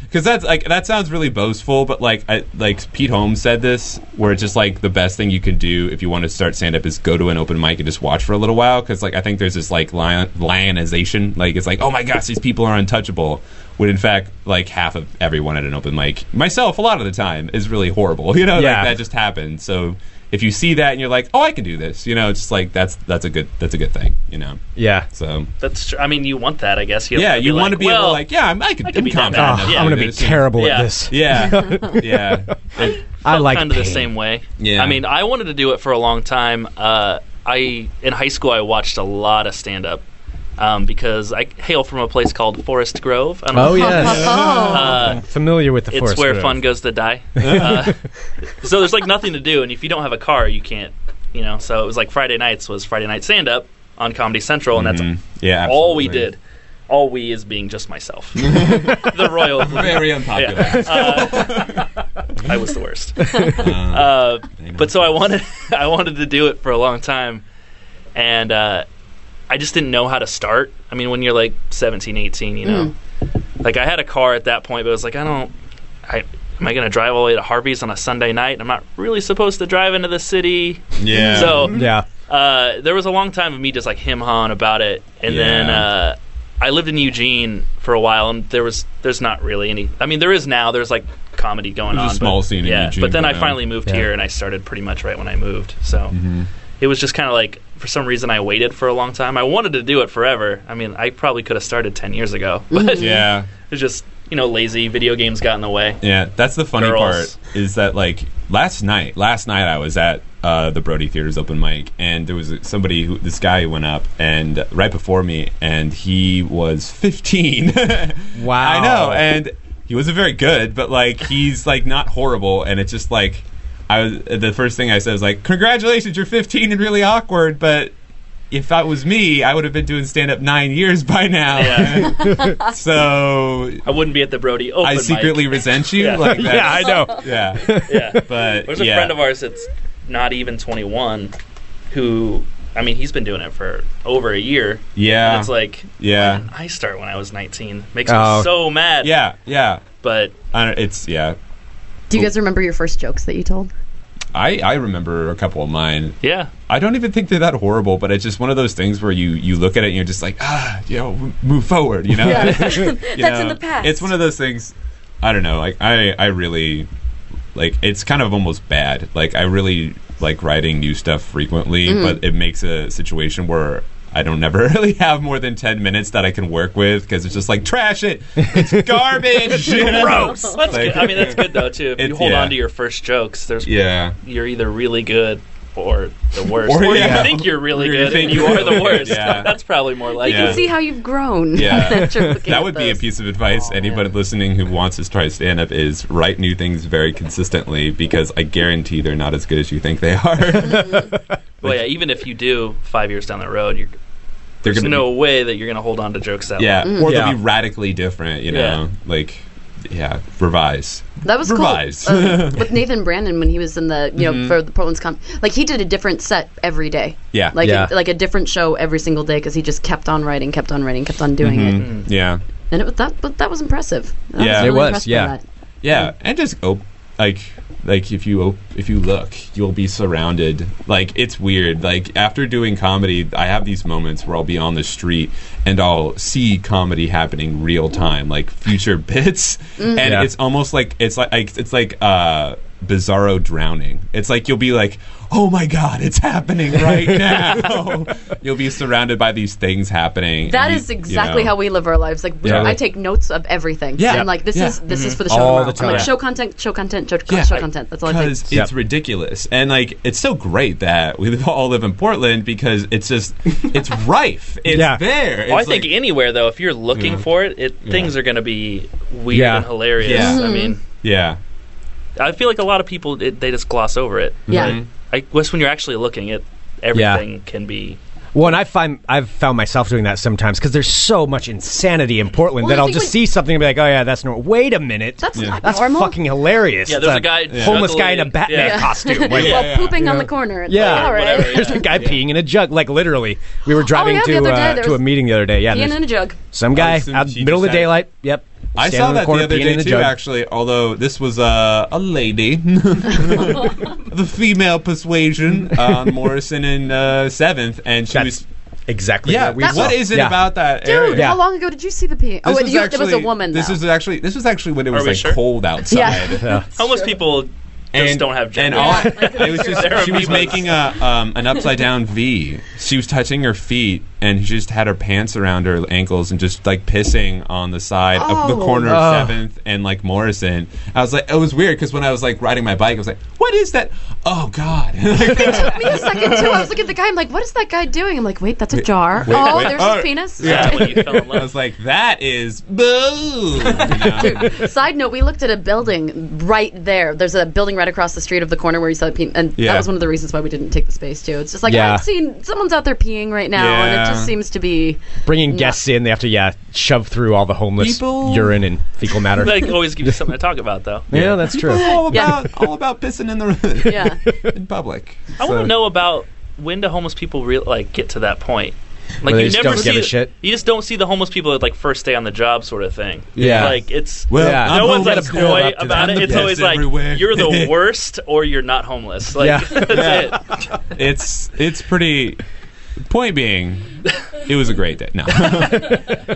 because that's like that sounds really boastful, but like I, like Pete Holmes said this, where it's just like the best thing you can do if you want to start stand up is go to an open mic and just watch for a little while because like I think there's this like lion- lionization, like it's like oh my gosh these people are untouchable, when in fact like half of everyone at an open mic, myself a lot of the time, is really horrible, you know, Yeah. like, that just happened. So if you see that and you're like oh I can do this, you know, it's just like that's that's a good that's a good thing, you know. Yeah. So That's. Tr- I mean, you want that, I guess. Yeah, wanna you like, wanna be able to well, like, yeah, I'm- I could- can I'm be that confident. Ah, bad. Oh, Yeah. I'm gonna be terrible Yeah. at this. Yeah. yeah. It- I felt like kind of the pain. same way. Yeah. I mean, I wanted to do it for a long time. Uh, I in high school I watched a lot of stand up. Um, because I hail from a place called Forest Grove. I don't know Oh if- yes, Uh, familiar with the it's forest where grove. fun goes to die. Uh, so there's like nothing to do, and if you don't have a car, you can't, you know. So it was like Friday nights was Friday night stand up on Comedy Central, and that's Mhm. yeah, all we absolutely. did. All we is being just myself, the royal, Very unpopular. Yeah. Uh, I was the worst. Uh, Uh, but so I wanted, I wanted to do it for a long time, and uh, I just didn't know how to start. I mean, when you're like 17, 18, you know, like I had a car at that point, but it was like I don't, I am I going to drive all the way to Harvey's on a Sunday night? I'm not really supposed to drive into the city. Yeah. So yeah. uh, there was a long time of me just like him hawing about it, and then Yeah. uh, I lived in Eugene for a while, and there was there's not really any. I mean, there is now. There's like comedy going There's a on. small but, scene in yeah, Eugene, But then but I no. finally moved Yeah. Mm-hmm. here, and I started pretty much right when I moved. So it was just kind of like for some reason I waited for a long time. I wanted to do it forever. I mean, I probably could have started ten years ago, but Yeah. it's just you know lazy. Video games got in the way. Yeah, that's the funny Girls. part is that like last night, last night I was at uh, the Brody Theater's open mic, and there was somebody who this guy who went up and right before me, and he was 15. wow, I know, and he wasn't very good, but like he's like not horrible, and it's just like I was the first thing I said was like, "Congratulations, you're 15 and really awkward," but. If that was me, I would have been doing stand up nine years by now. Yeah. so I wouldn't be at the Brody open. I mic. secretly resent you. Yeah. Like Yeah, that's- I know. Yeah, yeah. But There's yeah. a friend of ours that's not even 21 who, I mean, he's been doing it for over a year. Yeah. And it's like, Yeah. I start when I was 19. Makes Oh. me so mad. Yeah, yeah. But I don't, it's yeah. Do you guys remember your first jokes that you told? I I remember a couple of mine. Yeah. I don't even think they're that horrible, but it's just one of those things where you you look at it and you're just like, ah, you know, m- move forward. You know, Yeah. You That's in know? the past. It's one of those things. I don't know. Like I I really like it's kind of almost bad. Like I really like writing new stuff frequently, Mm-hmm. Mhm. but it makes a situation where. I don't never really have more than ten minutes that I can work with because it's just like trash it, it's garbage, Gross. That's Like- good. I mean, that's good, though, too. If you It's- hold yeah. on to your first jokes, there's Yeah. you're either really good or the worst. Or, or yeah. you think you're really Or you good think and you you're are really good, the worst. yeah. That's probably more You like Yeah. can see how you've grown. Yeah, That you're looking that at would be a those. piece of advice anybody listening who wants to try stand up is write new things very consistently because I guarantee they're not as good as you think they are. Well, yeah, even if you do five years down the road, you're, They're there's gonna no way that you're going to hold on to jokes that yeah, long. or they'll be radically different. You Yeah. know, like yeah, revise. That was revise. cool uh, with Nathan Brandon when he was in the you know Mhm. for the Portland's comp. Like he did a different set every day. Yeah. like Yeah. A, like a different show every single day because he just kept on writing, kept on writing, kept on doing it, Mhm. Yeah, and it was that. But that was impressive. I yeah, really impressed by that. yeah, Mm-hmm. and just op- like like if you op- if you look, you'll be surrounded. Like it's weird. Like after doing comedy, I have these moments where I'll be on the street and I'll see comedy happening real time, like future bits, Mm. and Mm-hmm. Yeah. it's almost like it's like, like it's like uh bizarro drowning. It's like you'll be like, oh my god, it's happening right now. you'll be surrounded by these things happening. That and you- is exactly you know. how we live our lives. Like we, Yeah. I take notes of everything. Yeah. And like this Yeah. is this is Mhm. for the show. All tomorrow. the I'm like time. show content, show content, show, Yeah. show content. That's all I because think. it's ridiculous and like it's so great that we all live in portland because it's just it's rife it's there Well, Oh, I It's think like- Mm. anywhere though, if you're looking for it, it Yeah. things are going to be weird Yeah. and hilarious. Yeah. I Mhm. mean, yeah I feel like a lot of people it, they just gloss over it. Yeah. Like, I guess when you're actually looking, it everything can be. Well, and I find I've found myself doing that sometimes because there's so much insanity in Portland Well, I that I'll think just when- see something and be like, "Oh yeah, that's normal." Wait a minute, that's not that's fucking hilarious. Yeah, It's there's a guy homeless juggling- guy in a Batman yeah. costume, like, Well, Yeah. pooping on Yeah. the corner. It's Yeah, like, all right. there's a guy peeing in a jug. Like literally, we were driving Oh, yeah, the to other day uh, there to a was meeting the other day. Yeah, Peeing there's in a jug. some guy some out cheesy middle of the sack. daylight. Yep, I standing saw on that the, corner, other peeing day in a too, jug. actually. Although this was uh, a lady, the female persuasion on Morrison and uh, Seventh, and she was exactly yeah. what we saw. what is it Yeah. about that area? Dude, how long ago did you see the pee? Oh, This wait, was you, there was a actually- woman. This though. is actually this was actually when it was we like sure? cold outside. Yeah. Homeless people just don't have And gender. all, it was They're just she was amoebas. making a um, an upside down V. She was touching her feet and she just had her pants around her ankles and just like pissing on the side of Oh. the corner Oh. of Seventh and like Morrison. I was like, it was weird because when I was like riding my bike, I was like, what is that? Oh God! it took me a second too. I was looking at the guy. I'm like, what is that guy doing? I'm like, wait, that's a jar. Wait, oh, wait, there's oh, his penis. Yeah. I was like, that is boo. Side note: We looked at a building right there. There's a building right across the street of the corner where you saw the peen, and that Yeah. was one of the reasons why we didn't take the space too. It's just like Yeah. I've seen someone's out there peeing right now, and it Yeah. just seems to be Bringing guests in, they have to yeah shove through all the homeless People- urine and fecal matter. Like always gives you something to talk about though. yeah, that's true. all Yeah. about all about pissing in the yeah in public. I want So- to know about when do homeless people re- like get to that point? Like Where they you just never don't see give a the- shit? You just don't see the homeless people that like first day on the job sort of thing. Yeah. like it's Well, no Yeah. I'm one's like homeless now coy after about that. it. I'm It's the always best like everywhere. you're the worst or you're not homeless. Like Yeah. that's it. it's it's pretty. Point being, it was a great day. No,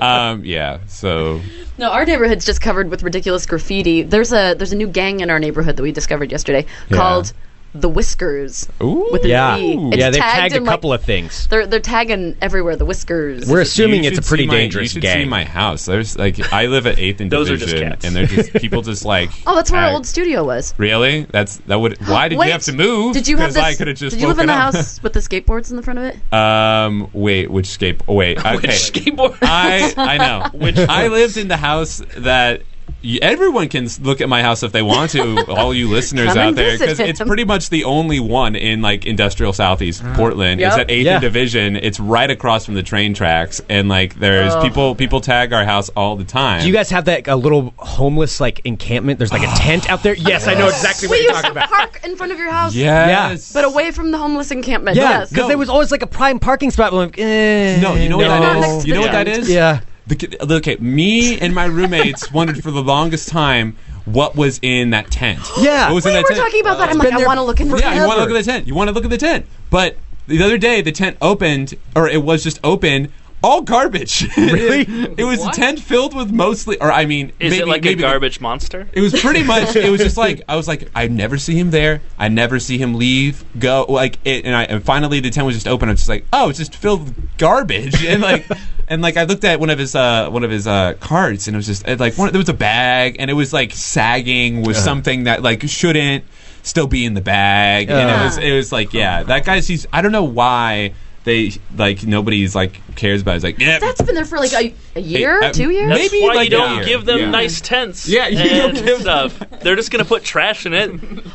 um, yeah. So No, our neighborhood's just covered with ridiculous graffiti. There's a there's a new gang in our neighborhood that we discovered yesterday Yeah. called the Whiskers. Ooh. With a yeah, Z. It's yeah, they've tagged tagged in, a like- couple of things. They're they're tagging everywhere the Whiskers. We're assuming it's a should pretty see my- dangerous you should gang. See my house. There's like I live at Eighth and Those are just Division, cats. and they're just people just like. Oh, that's where our act- old studio was. Really? That's that would. Why did Wait, you have to move? Did you have 'Cause this, I could have just. Did you live in the woken up. house with the skateboards in the front of it? Um. Wait. Which skateboard? Oh, wait. Okay. Uh, skateboard? I I know. Which I lived in the house that. y everyone can s- look at my house if they want to. All you listeners Come out and there, visit because it's him. pretty much the only one in like industrial southeast Portland. Yep. It's at Eighth Yeah. and Division. It's right across from the train tracks, and like there's Ugh. people people tag our house all the time. Do you guys have that a little homeless like encampment? There's like a tent out there. Yes, I know exactly what we you're used talking to about. park in front of your house. Yes. But away from the homeless encampment. Yeah, yes. because there was always like a prime parking spot. Like, eh, No, you know what no. that is. You know what that is. Yeah. The, ki- okay, me and my roommates wondered for the longest time what was in that tent. Yeah. what was in We that were tent? talking about that. I'm It's like, been I there wanna look in the Yeah, you want to forever. look at the tent. You want to look at the tent. But the other day, the tent opened, or it was just open. All garbage. Really? it, was a tent filled with mostly, or I mean, Is maybe, it like a maybe the- garbage monster? it was pretty much. It was just like I was like, I never see him there. I never see him leave, go like it. And I and finally the tent was just open. I'm just like, oh, it's just filled with garbage. And like, and like I looked at one of his uh one of his uh carts, and it was just it, like one, there was a bag, and it was like sagging with Yeah. something that like shouldn't still be in the bag. And Yeah. it was it was like yeah, that guy's. He's I don't know why. They like nobody's like cares about. It. It's like yeah, That's been there for like a, a year, uh, two years. Maybe That's why like you don't a year. give them Yeah. nice tents. Yeah, you don't and stuff. They're just gonna put trash in it.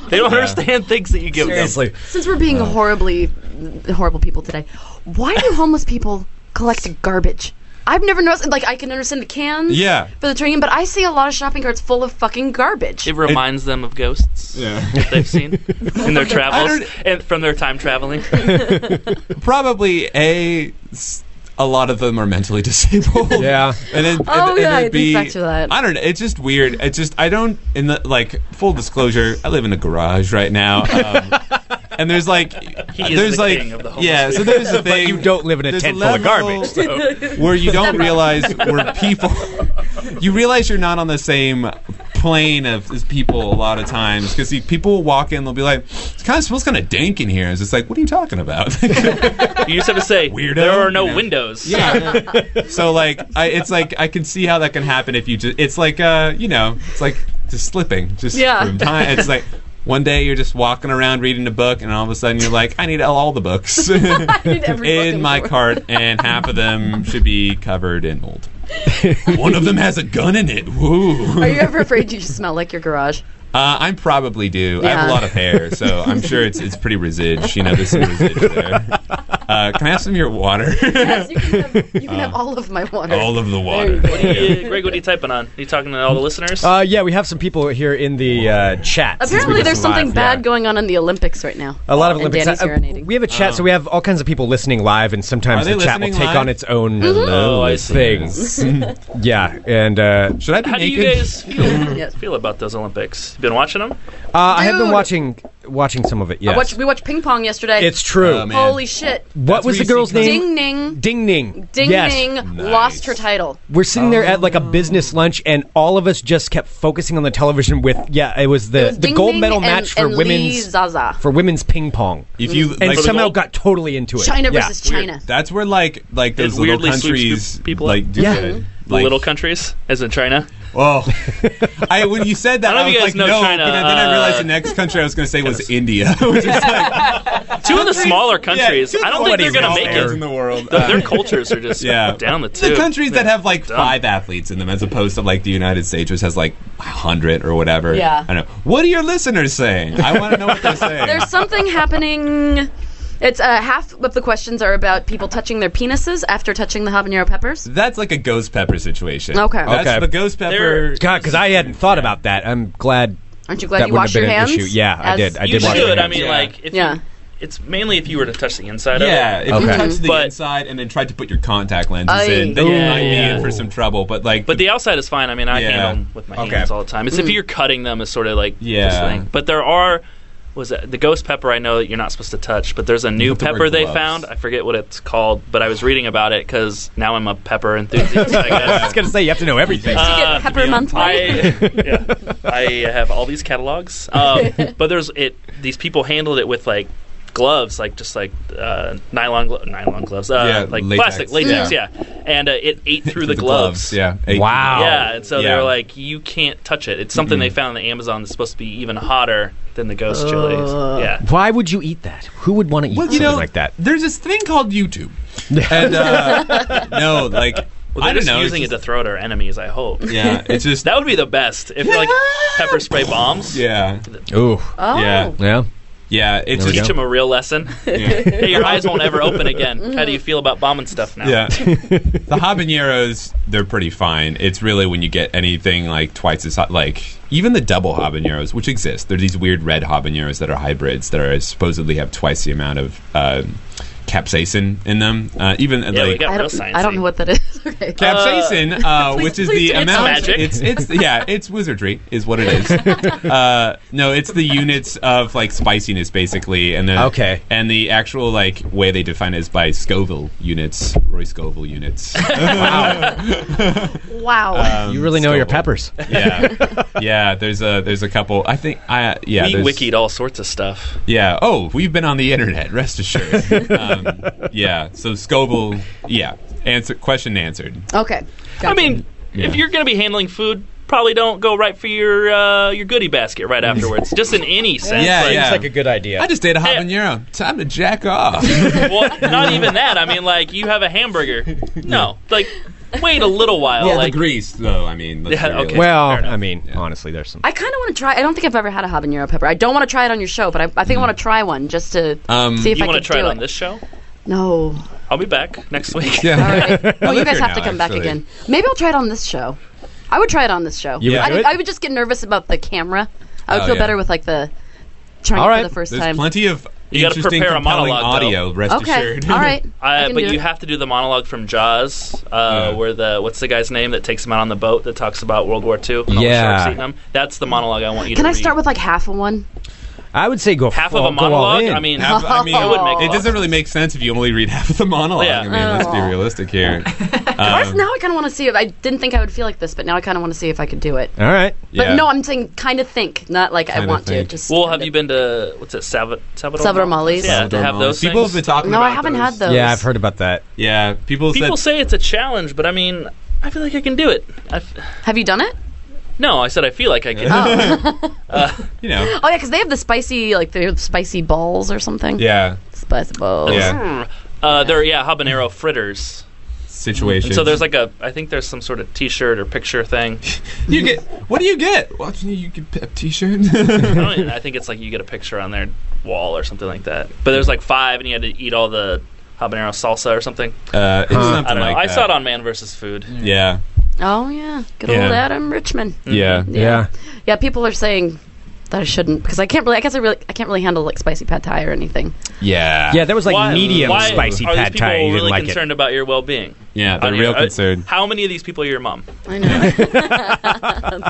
They don't Yeah. understand things that you give Seriously. them. Since we're Oh. being horribly horrible people today, why do homeless people collect garbage? I've never noticed. Like I can understand the cans. Yeah. For the train, but I see a lot of shopping carts full of fucking garbage. It reminds them of ghosts that they've seen in their I travels don't- and from their time traveling. probably a s- a lot of them are mentally disabled. Yeah, and then and, Oh, and yeah, there'd I think be, back to that. I don't know. It's just weird. It's just I don't in the like full disclosure. I live in a garage right now. Um, And there's like, He is there's the like, king of the homeless yeah. So people. there's the But thing. you don't live in a There's tent full of level garbage, so. where you don't Separate. realize we're people. You realize you're not on the same complain of is people a lot of times because people will walk in, they'll be like, "It kind of smells kind of dank in here." It's just like, "What are you talking about?" You just have to say, there are no windows. Yeah. so like, I, it's like I can see how that can happen if you just. It's like uh, you know, it's like just slipping, just Yeah. from time. It's like. One day you're just walking around reading a book, and all of a sudden you're like, "I need all the books in my cart, and half of them should be covered in mold. One of them has a gun in it. Woo! Are you ever afraid you smell like your garage? Uh, I probably do. I have Yeah. a lot of hair, so I'm sure it's it's pretty residge. You know, there's some residge there. Uh, can I have some of your water? You can Uh, have all of my water. All of the water. What are you- Greg, what are you typing on? Are you talking to all the listeners? Uh, yeah, we have some people here in the uh, chat. since we Apparently, just there's something live, yeah. bad going on in the Olympics right now. A lot of And Olympics. Danny's uh, urinating. we have a chat, Oh. so we have all kinds of people listening live, and sometimes Are they the chat will listening take on live? its Mm-hmm. own Mhm. Oh, I see. things. yeah, and uh, should I How do you guys feel, feel about those Olympics? You been watching them? Uh, I have been Dude. watching watching some of it. I Yes, watched, we watched ping pong yesterday. It's true. Oh, man. Holy shit. What was the girl's name? Ding Ning. Ding Ning. Ding yes. Ning lost her title. We're sitting there at like a business lunch, and all of us just kept focusing on the television. With yeah, it was the the Ding gold Ning medal and- match for and Lee women's Zaza. for women's ping pong. If you- and like- somehow got totally into it. China Yeah. versus China. That's where like like It those little weirdly sweeps countries peop- people like up. do Yeah. good. The Like, little countries, as in China. Oh, I when you said that, I I, don't know was if you like, guys know no. China, but then I realized uh, the next country I was going to say was India. Which is Two of the smaller countries. two of I the don't think countries they're going to out make there it. in the world. Th- their cultures are just down the tube. The countries that have like dumb. five athletes in them, as opposed to like the United States, which has like hundred or whatever. Yeah. I know. What are your listeners saying? I want to know what they're saying. There's something happening. It's uh, half of the questions are about people touching their penises after touching the habanero peppers. That's like a ghost pepper situation. Okay. That's Okay. The ghost pepper. God, because I hadn't thought about that. I'm glad. Aren't you glad that you wouldn't wash have been your an hands? Issue. Yeah, I as- did. I you did. wash should. my I mean, hands. like, if Yeah. you, it's mainly if you were to touch the inside Yeah, if of it. you touch the But- inside and then tried to put your contact lenses Aye. in, then you Yeah, might yeah. be in for some trouble. But like, But the outside is fine. I mean, I Yeah. handle them with my Okay. hands all the time. It's if Mm. you're cutting them, is sort of like Yeah. this thing. But there are was that, the ghost pepper. I know that you're not supposed to touch, but there's a new have to wear pepper they gloves. found. I forget what it's called, but I was reading about it because now I'm a pepper enthusiast. I I guess. was gonna say you have to know everything. Uh, Get pepper monthly. I, yeah, I have all these catalogs, um, but there's it. These people handled it with like gloves, like just like uh, nylon, glo- nylon gloves, uh, Yeah, like latex. plastic latex, yeah, Yeah. and uh, it ate through the, the gloves. gloves, yeah. Ate Wow. Yeah, and so they Oh, Yeah. Mm-hmm. were like, you can't touch it. It's something they found in the Amazon that's supposed to be even hotter than the ghost chili. Uh, Yeah. Why would you eat that? Who would want to eat Well, you something know, like that? there's this thing called YouTube, and uh, no, like Well, I they're don't just know. using it's it to throw at our enemies. I hope. Yeah, it's just that would be the best if like pepper spray bombs. just- yeah, Ooh. Oh. yeah, Yeah. yeah. It's There we Teach just, them a real lesson. hey, your eyes won't ever open Mm-hmm. again. How do you feel about bombing stuff now? yeah. the habaneros, they're pretty fine. It's really when you get anything like twice as hot, like even the double habaneros, which exist. They're these weird red habaneros that are hybrids that are supposedly have twice the amount of. Uh, capsaicin in them uh, even Yeah, we like got I real don't, sciencey. I don't know what that is. okay. capsaicin, uh, which is please do. the It's amount. magic. It's it's yeah, it's wizardry is what it is. uh, no, it's the units of like spiciness basically, and the Okay. and the actual like way they define it is by Scoville units, Roy Scoville units. wow, Wow. you really know your peppers. yeah, yeah. There's a there's a couple. I think I yeah. we there's- wikied all sorts of stuff. yeah. Oh, we've been on the internet. Rest assured. um, yeah. So Scoville. Yeah. Answer question answered. Uh, okay. I mean, if you're going to be handling food, probably don't go right for your uh, your goodie basket right afterwards. Just in any sense. Mm-hmm. Yeah, like, yeah. It's like a good idea. I just ate a habanero. Time to jack off. Well, not even that. I mean, like you have a hamburger. No, like wait a little while. like grease, though. I mean, let's Yeah, be realistic. okay. well, fair enough. I mean, honestly, there's some. I kind of want to try. I don't think I've ever had a habanero pepper. I don't want to try it on your show, but I, I think I want to try one just to Um, see if Hmm. you I want can to try do it on this show? No. I'll be back next week. Yeah. All right. I Well, you live guys here have to now, come back actually. again. Maybe I'll try it on this show. I would try it on this show. You would I, do it? I would just get nervous about the camera. I would Oh, feel yeah. better with like the trying All it right. for the first There's time. plenty of You gotta interesting, prepare a compelling monologue, though. audio. Rest okay. assured. All right. I Uh, can but do you it. have to do the monologue from Jaws, uh, where the what's the guy's name that takes him out on the boat that talks about World War II? And all the Yeah. sharks eating him? that's the monologue I want you Can to. I start with like half of one? I would say go half of all- a go all monologue. in. I mean, Half- I mean, it would make it doesn't really make sense if you only read half of the monologue. Yeah. I mean, let's be Oh. realistic here. Honestly, Um, now I kind of want to see if I didn't think I would feel like this, but now I kind of want to see if I could do it. all right. But no, I'm saying kind of think, not like I want to. Just well, have you been to what's it, Salva- Salvador? Salvador Mali's? Yeah, to have those. People things. have been talking No, about I haven't those. had those. Yeah, I've heard about that. Yeah, people, People said say it's a challenge, but I mean, I feel like I can do it. i Have you done it? no, I said I feel like I can. uh, you know. Oh yeah, because they have the spicy, like they have spicy balls or something. Yeah. Spicy balls. Uh, they're yeah habanero fritters. Situation. And so there's like a, I think there's some sort of T-shirt or picture thing. you get what do you get? Well, you, you get a Uh, T-shirt. I, don't even- I think it's like you get a picture on their wall or something like that. But there's like five, and you had to eat all the habanero salsa or something. Uh, it's something I don't know. like I that. saw it on Man vs. Food. Yeah. Oh yeah, good Yeah. old Adam Richmond. Mm-hmm. Yeah. Yeah. Yeah, people are saying that I shouldn't because I can't really. I guess I really, I can't really handle like spicy pad thai or anything. Yeah. Yeah, there was like Why- medium why spicy are these pad thai. people You didn't really like it. concerned about your well-being? Yeah, they're Are you- real are- concerned. How many of these people are your mom? I know.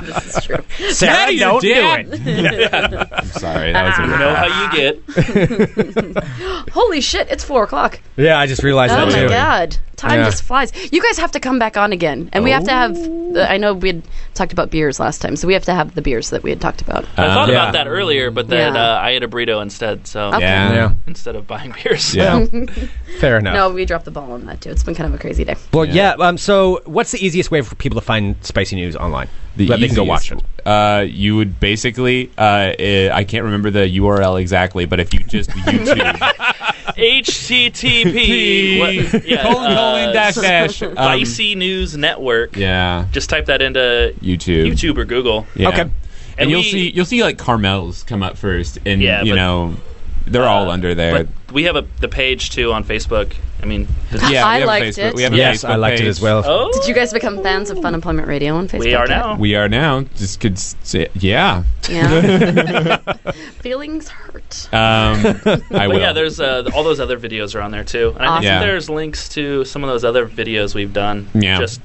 this is true. Sarah, Maddie, you're don't do dead. I'm sorry. That was a you know how you get. Holy shit! It's four o'clock. Yeah, I just realized oh that my too. god, time Yeah. just flies. You guys have to come back on again, and we have to have. The, I know we had talked about beers last time, so we have to have the beers that we had talked about. I thought Uh-huh. Yeah. about that earlier, but then Yeah. uh, I ate a burrito instead. So Okay. Yeah. Yeah. instead of buying beers. Yeah. Fair enough. no, we dropped the ball on that too. It's been kind of a crazy day. Well, yeah. Um. So, what's the easiest way for people to find spicy news online? The Let them go watch easiest- it. Uh, you would basically, uh, eh, I can't remember the URL exactly, but if you just YouTube HTTP what- yeah, colon, colon, dash, dash, um, Spicy News Network. Yeah. Just type that into YouTube. YouTube or Google. Yeah. And, And, you'll we, see you'll see like Carmel's come up first, and Yeah, you but- uh, know they're all under there. But we have a, the page too on Facebook. I mean, this- yeah, I we have liked a Facebook, it. We have a Yes, Facebook I liked it page. as well. Oh, Did you guys become fans of Fun Employment Radio on Facebook? we are yet? now. We are now just could say yeah. Yeah. Feelings hurt. Um, I but will. yeah, there's uh, all those other videos are on there too, and I think Awesome. there's links to some of those other videos we've done. Yeah. Just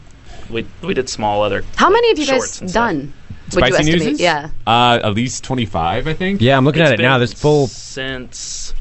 we we did small other. How many of you Shorts guys and done? Spicy would you news? estimate? Yeah. uh, at least twenty five, I think. Yeah, I'm looking at it now. There's full. since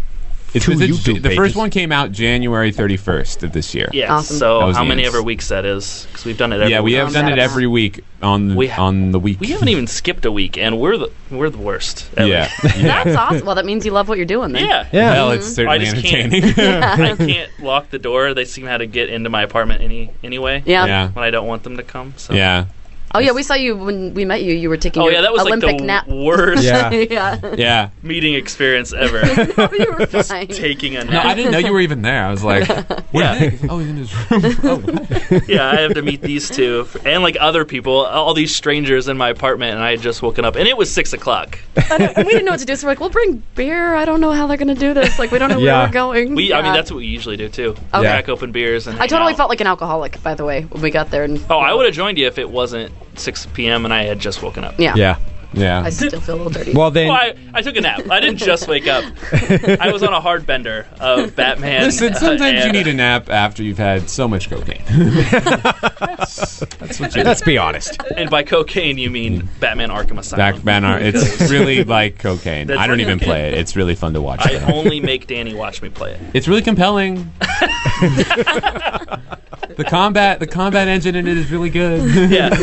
It's, Two it's- YouTube the pages. first one came out January 31st of this year. yeah. Awesome. That So was how the many end. ever weeks that is? Because we've done it. Every yeah, we week. have done it Saturday. every week on We ha- on the week. We haven't even skipped a week, and we're the we're the worst. ever. Yeah. That's awesome. Well, that means you love what you're doing then. Yeah. Yeah. Mm-hmm. Well, it's Mm-hmm. I certainly entertaining. just can't. I can't lock the door. They seem how to get into my apartment any anyway. Yeah. Yeah. When I don't want them to come. So. yeah, Oh yeah, we saw you when we met you. You were taking Oh your yeah, that was Olympic like the nap. worst Yeah. yeah. yeah. meeting experience ever. you were fine. Taking a No, I nap. didn't know you were even there. I was like, yeah, oh, he's in his room. Oh. yeah. I have to meet these two and like other people, all these strangers in my apartment, and I had just woken up, and it was six o'clock. I don't- we didn't know what to do, so we're like, we'll bring beer. I don't know how they're gonna do this. Like, we don't know Yeah. where we're going. We, I Yeah. mean, that's what we usually do too. Okay. Crack open beers and. I hang totally out. felt like an alcoholic, by the way, when we got there. And Oh, I would have joined you if it wasn't six p.m. and I had just woken up. Yeah. Yeah. Yeah. I still feel a little dirty. Well then. Well, I, I took a nap. I didn't just wake up. I was on a hard bender of Batman. Listen, uh, sometimes you and- need a nap after you've had so much cocaine. That's what you Let's be honest. And by cocaine, you mean Batman Arkham Asylum. Back banner. It's really like cocaine. That's I don't like even play it. It's really fun to watch. I though. only make Danny watch me play it. It's really compelling. the combat, the combat engine in it is really good. Yeah.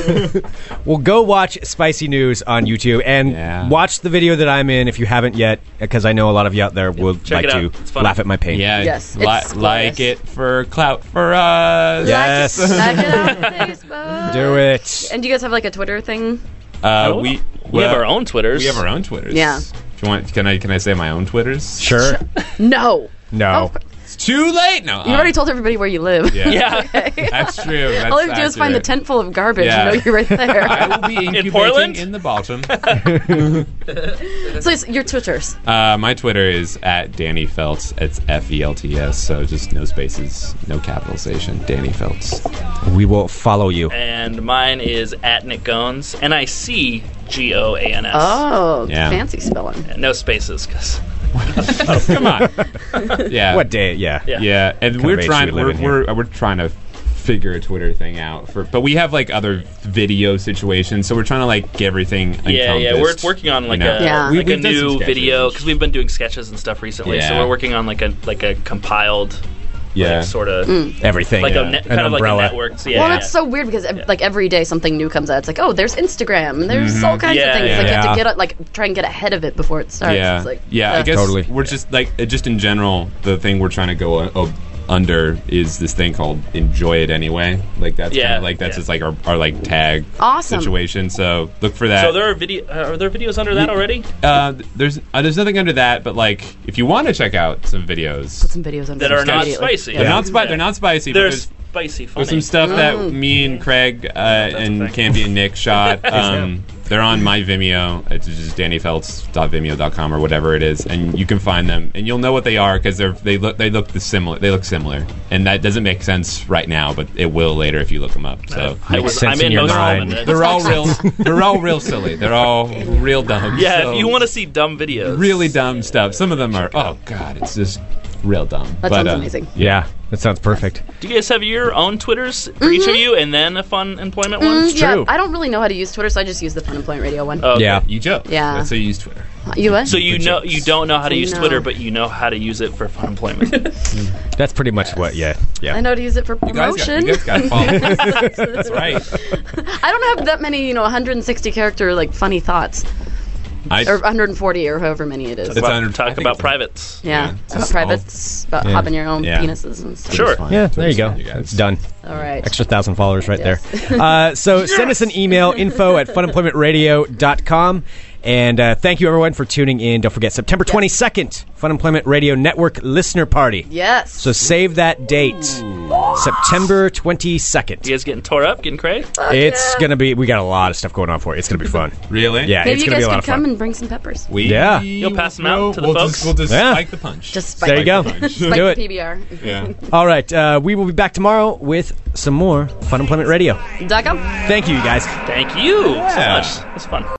Well, go watch Spicy News on YouTube and Yeah. watch the video that I'm in if you haven't yet, because I know a lot of you out there would like Check it to out. It's funny. laugh at my pain. Yeah. Yes, li- it's like glorious. it for clout for us. Yes. Check it out on Facebook. Do it. And do you guys have like a Twitter thing? Uh, we We have well, our own Twitters. We have our own Twitters. Yeah. Do you want? Can I? Can I say my own Twitters? Sure. No. Oh, No. It's too late. No. You uh, already told everybody where you live. Yeah. Yeah. That's true. That's All you have to do is find the accurate. tent full of garbage Yeah. and know you're right I there. will be incubating in, Portland? the bottom. so it's your Twitters. Uh, my Twitter is at Danny Feltz. It's F E L T S. So just no spaces, no capitalization. Danny Feltz. We will follow you. And mine is at Nick Gones. N I C G O A N S. Oh, Yeah. fancy spelling. No spaces, because Come on. yeah. What day? Yeah. Yeah. Yeah, and Kinda we're makes trying. you live We're, in here. we're we're trying to figure a Twitter thing out for. But we have like other video situations, so we're trying to like get everything. Yeah, yeah, we're encompassed, working on like you know? a like a we've done some new sketches. video because we've been doing sketches and stuff recently. So Yeah. we're working on like a like a compiled, Yeah. like, sort of Mm. Everything, like yeah. a net, An kind of like a umbrella. network. So yeah, Mm-hmm. Well, it's so weird because ev- like every day something new comes out. It's like, oh, there's Instagram and there's Mhm. all kinds Yeah, of things. yeah, like you have yeah. to get a- like try and get ahead of it before it starts. yeah, It's like, yeah. uh, I guess we're just like uh, just in general. The thing we're trying to go uh, uh, under is this thing called "enjoy it anyway." Like that's Yeah, kind of like that's just like our, our like tag Awesome. situation. So look for that. So there are video. Uh, are there videos under that already? Uh, there's uh, there's nothing under that, but like if you want to check out some videos some videos under that some are not sketches. spicy. they're not spi- they're not spicy. but They're there's, spicy. Funny. there's some stuff Oh. that me and Craig uh, and Campy and Nick shot. Um, they're on my Vimeo. It's just dannyfeltz.vimeo.com or whatever it is, and you can find them, and you'll know what they are because they're they look they look the similar. They look similar, and that doesn't make sense right now, but it will later if you look them up. So I Makes was- sense I'm in in your most of them, mind. and it They're all doesn't make real. They're all real silly. They're all real dumb. yeah, so- if you want to see dumb videos, really dumb stuff. Some of them are oh god, it's just real dumb. uh, That sounds amazing. Yeah, that sounds perfect. do you guys have your own Twitters for each of you, and then a fun employment one? Mm-hmm. mm, Yeah, I don't really know how to use Twitter, so I just use the Fun Employment Radio one. Yeah, you joke. Yeah. that's how you use Twitter. You what? Oh. So you know you don't know how to I use know. Twitter, but you know how to use it for fun employment. That's pretty much what. Yeah, yeah. I know how to use it for guys got- promotion. you guys got followers. That's right. I don't have that many, you know, 160 character like funny thoughts, I- or Er, uh, 140 or however many it is. Talk about, talk about privates. yeah, about privates, about Yeah. hopping your own Yeah. penises and stuff. Yeah, there you go. It's done. All right. Extra thousand followers right there. Uh, so send us an email, info at funemploymentradio.com. And uh, thank you, everyone, for tuning in. Don't forget, September 22nd, Fun Employment Radio Network Listener Party. Yes. So save that date, September 22nd. You guys getting tore up, getting craved? It's going to be, we got a lot of stuff going on for it. It's going to be fun. really? Yeah, Maybe it's you going to guys be a lot could of fun. come and bring some peppers. We- Yeah. You'll pass them out to the we'll folks. Just, we'll just Yeah. spike the punch. Just There you go. Spike Do the it. PBR. Yeah. All right. Uh, we will be back tomorrow with some more Fun Employment Radio. Dot com. Thank you, you guys. Thank you Yeah. so much. That's fun.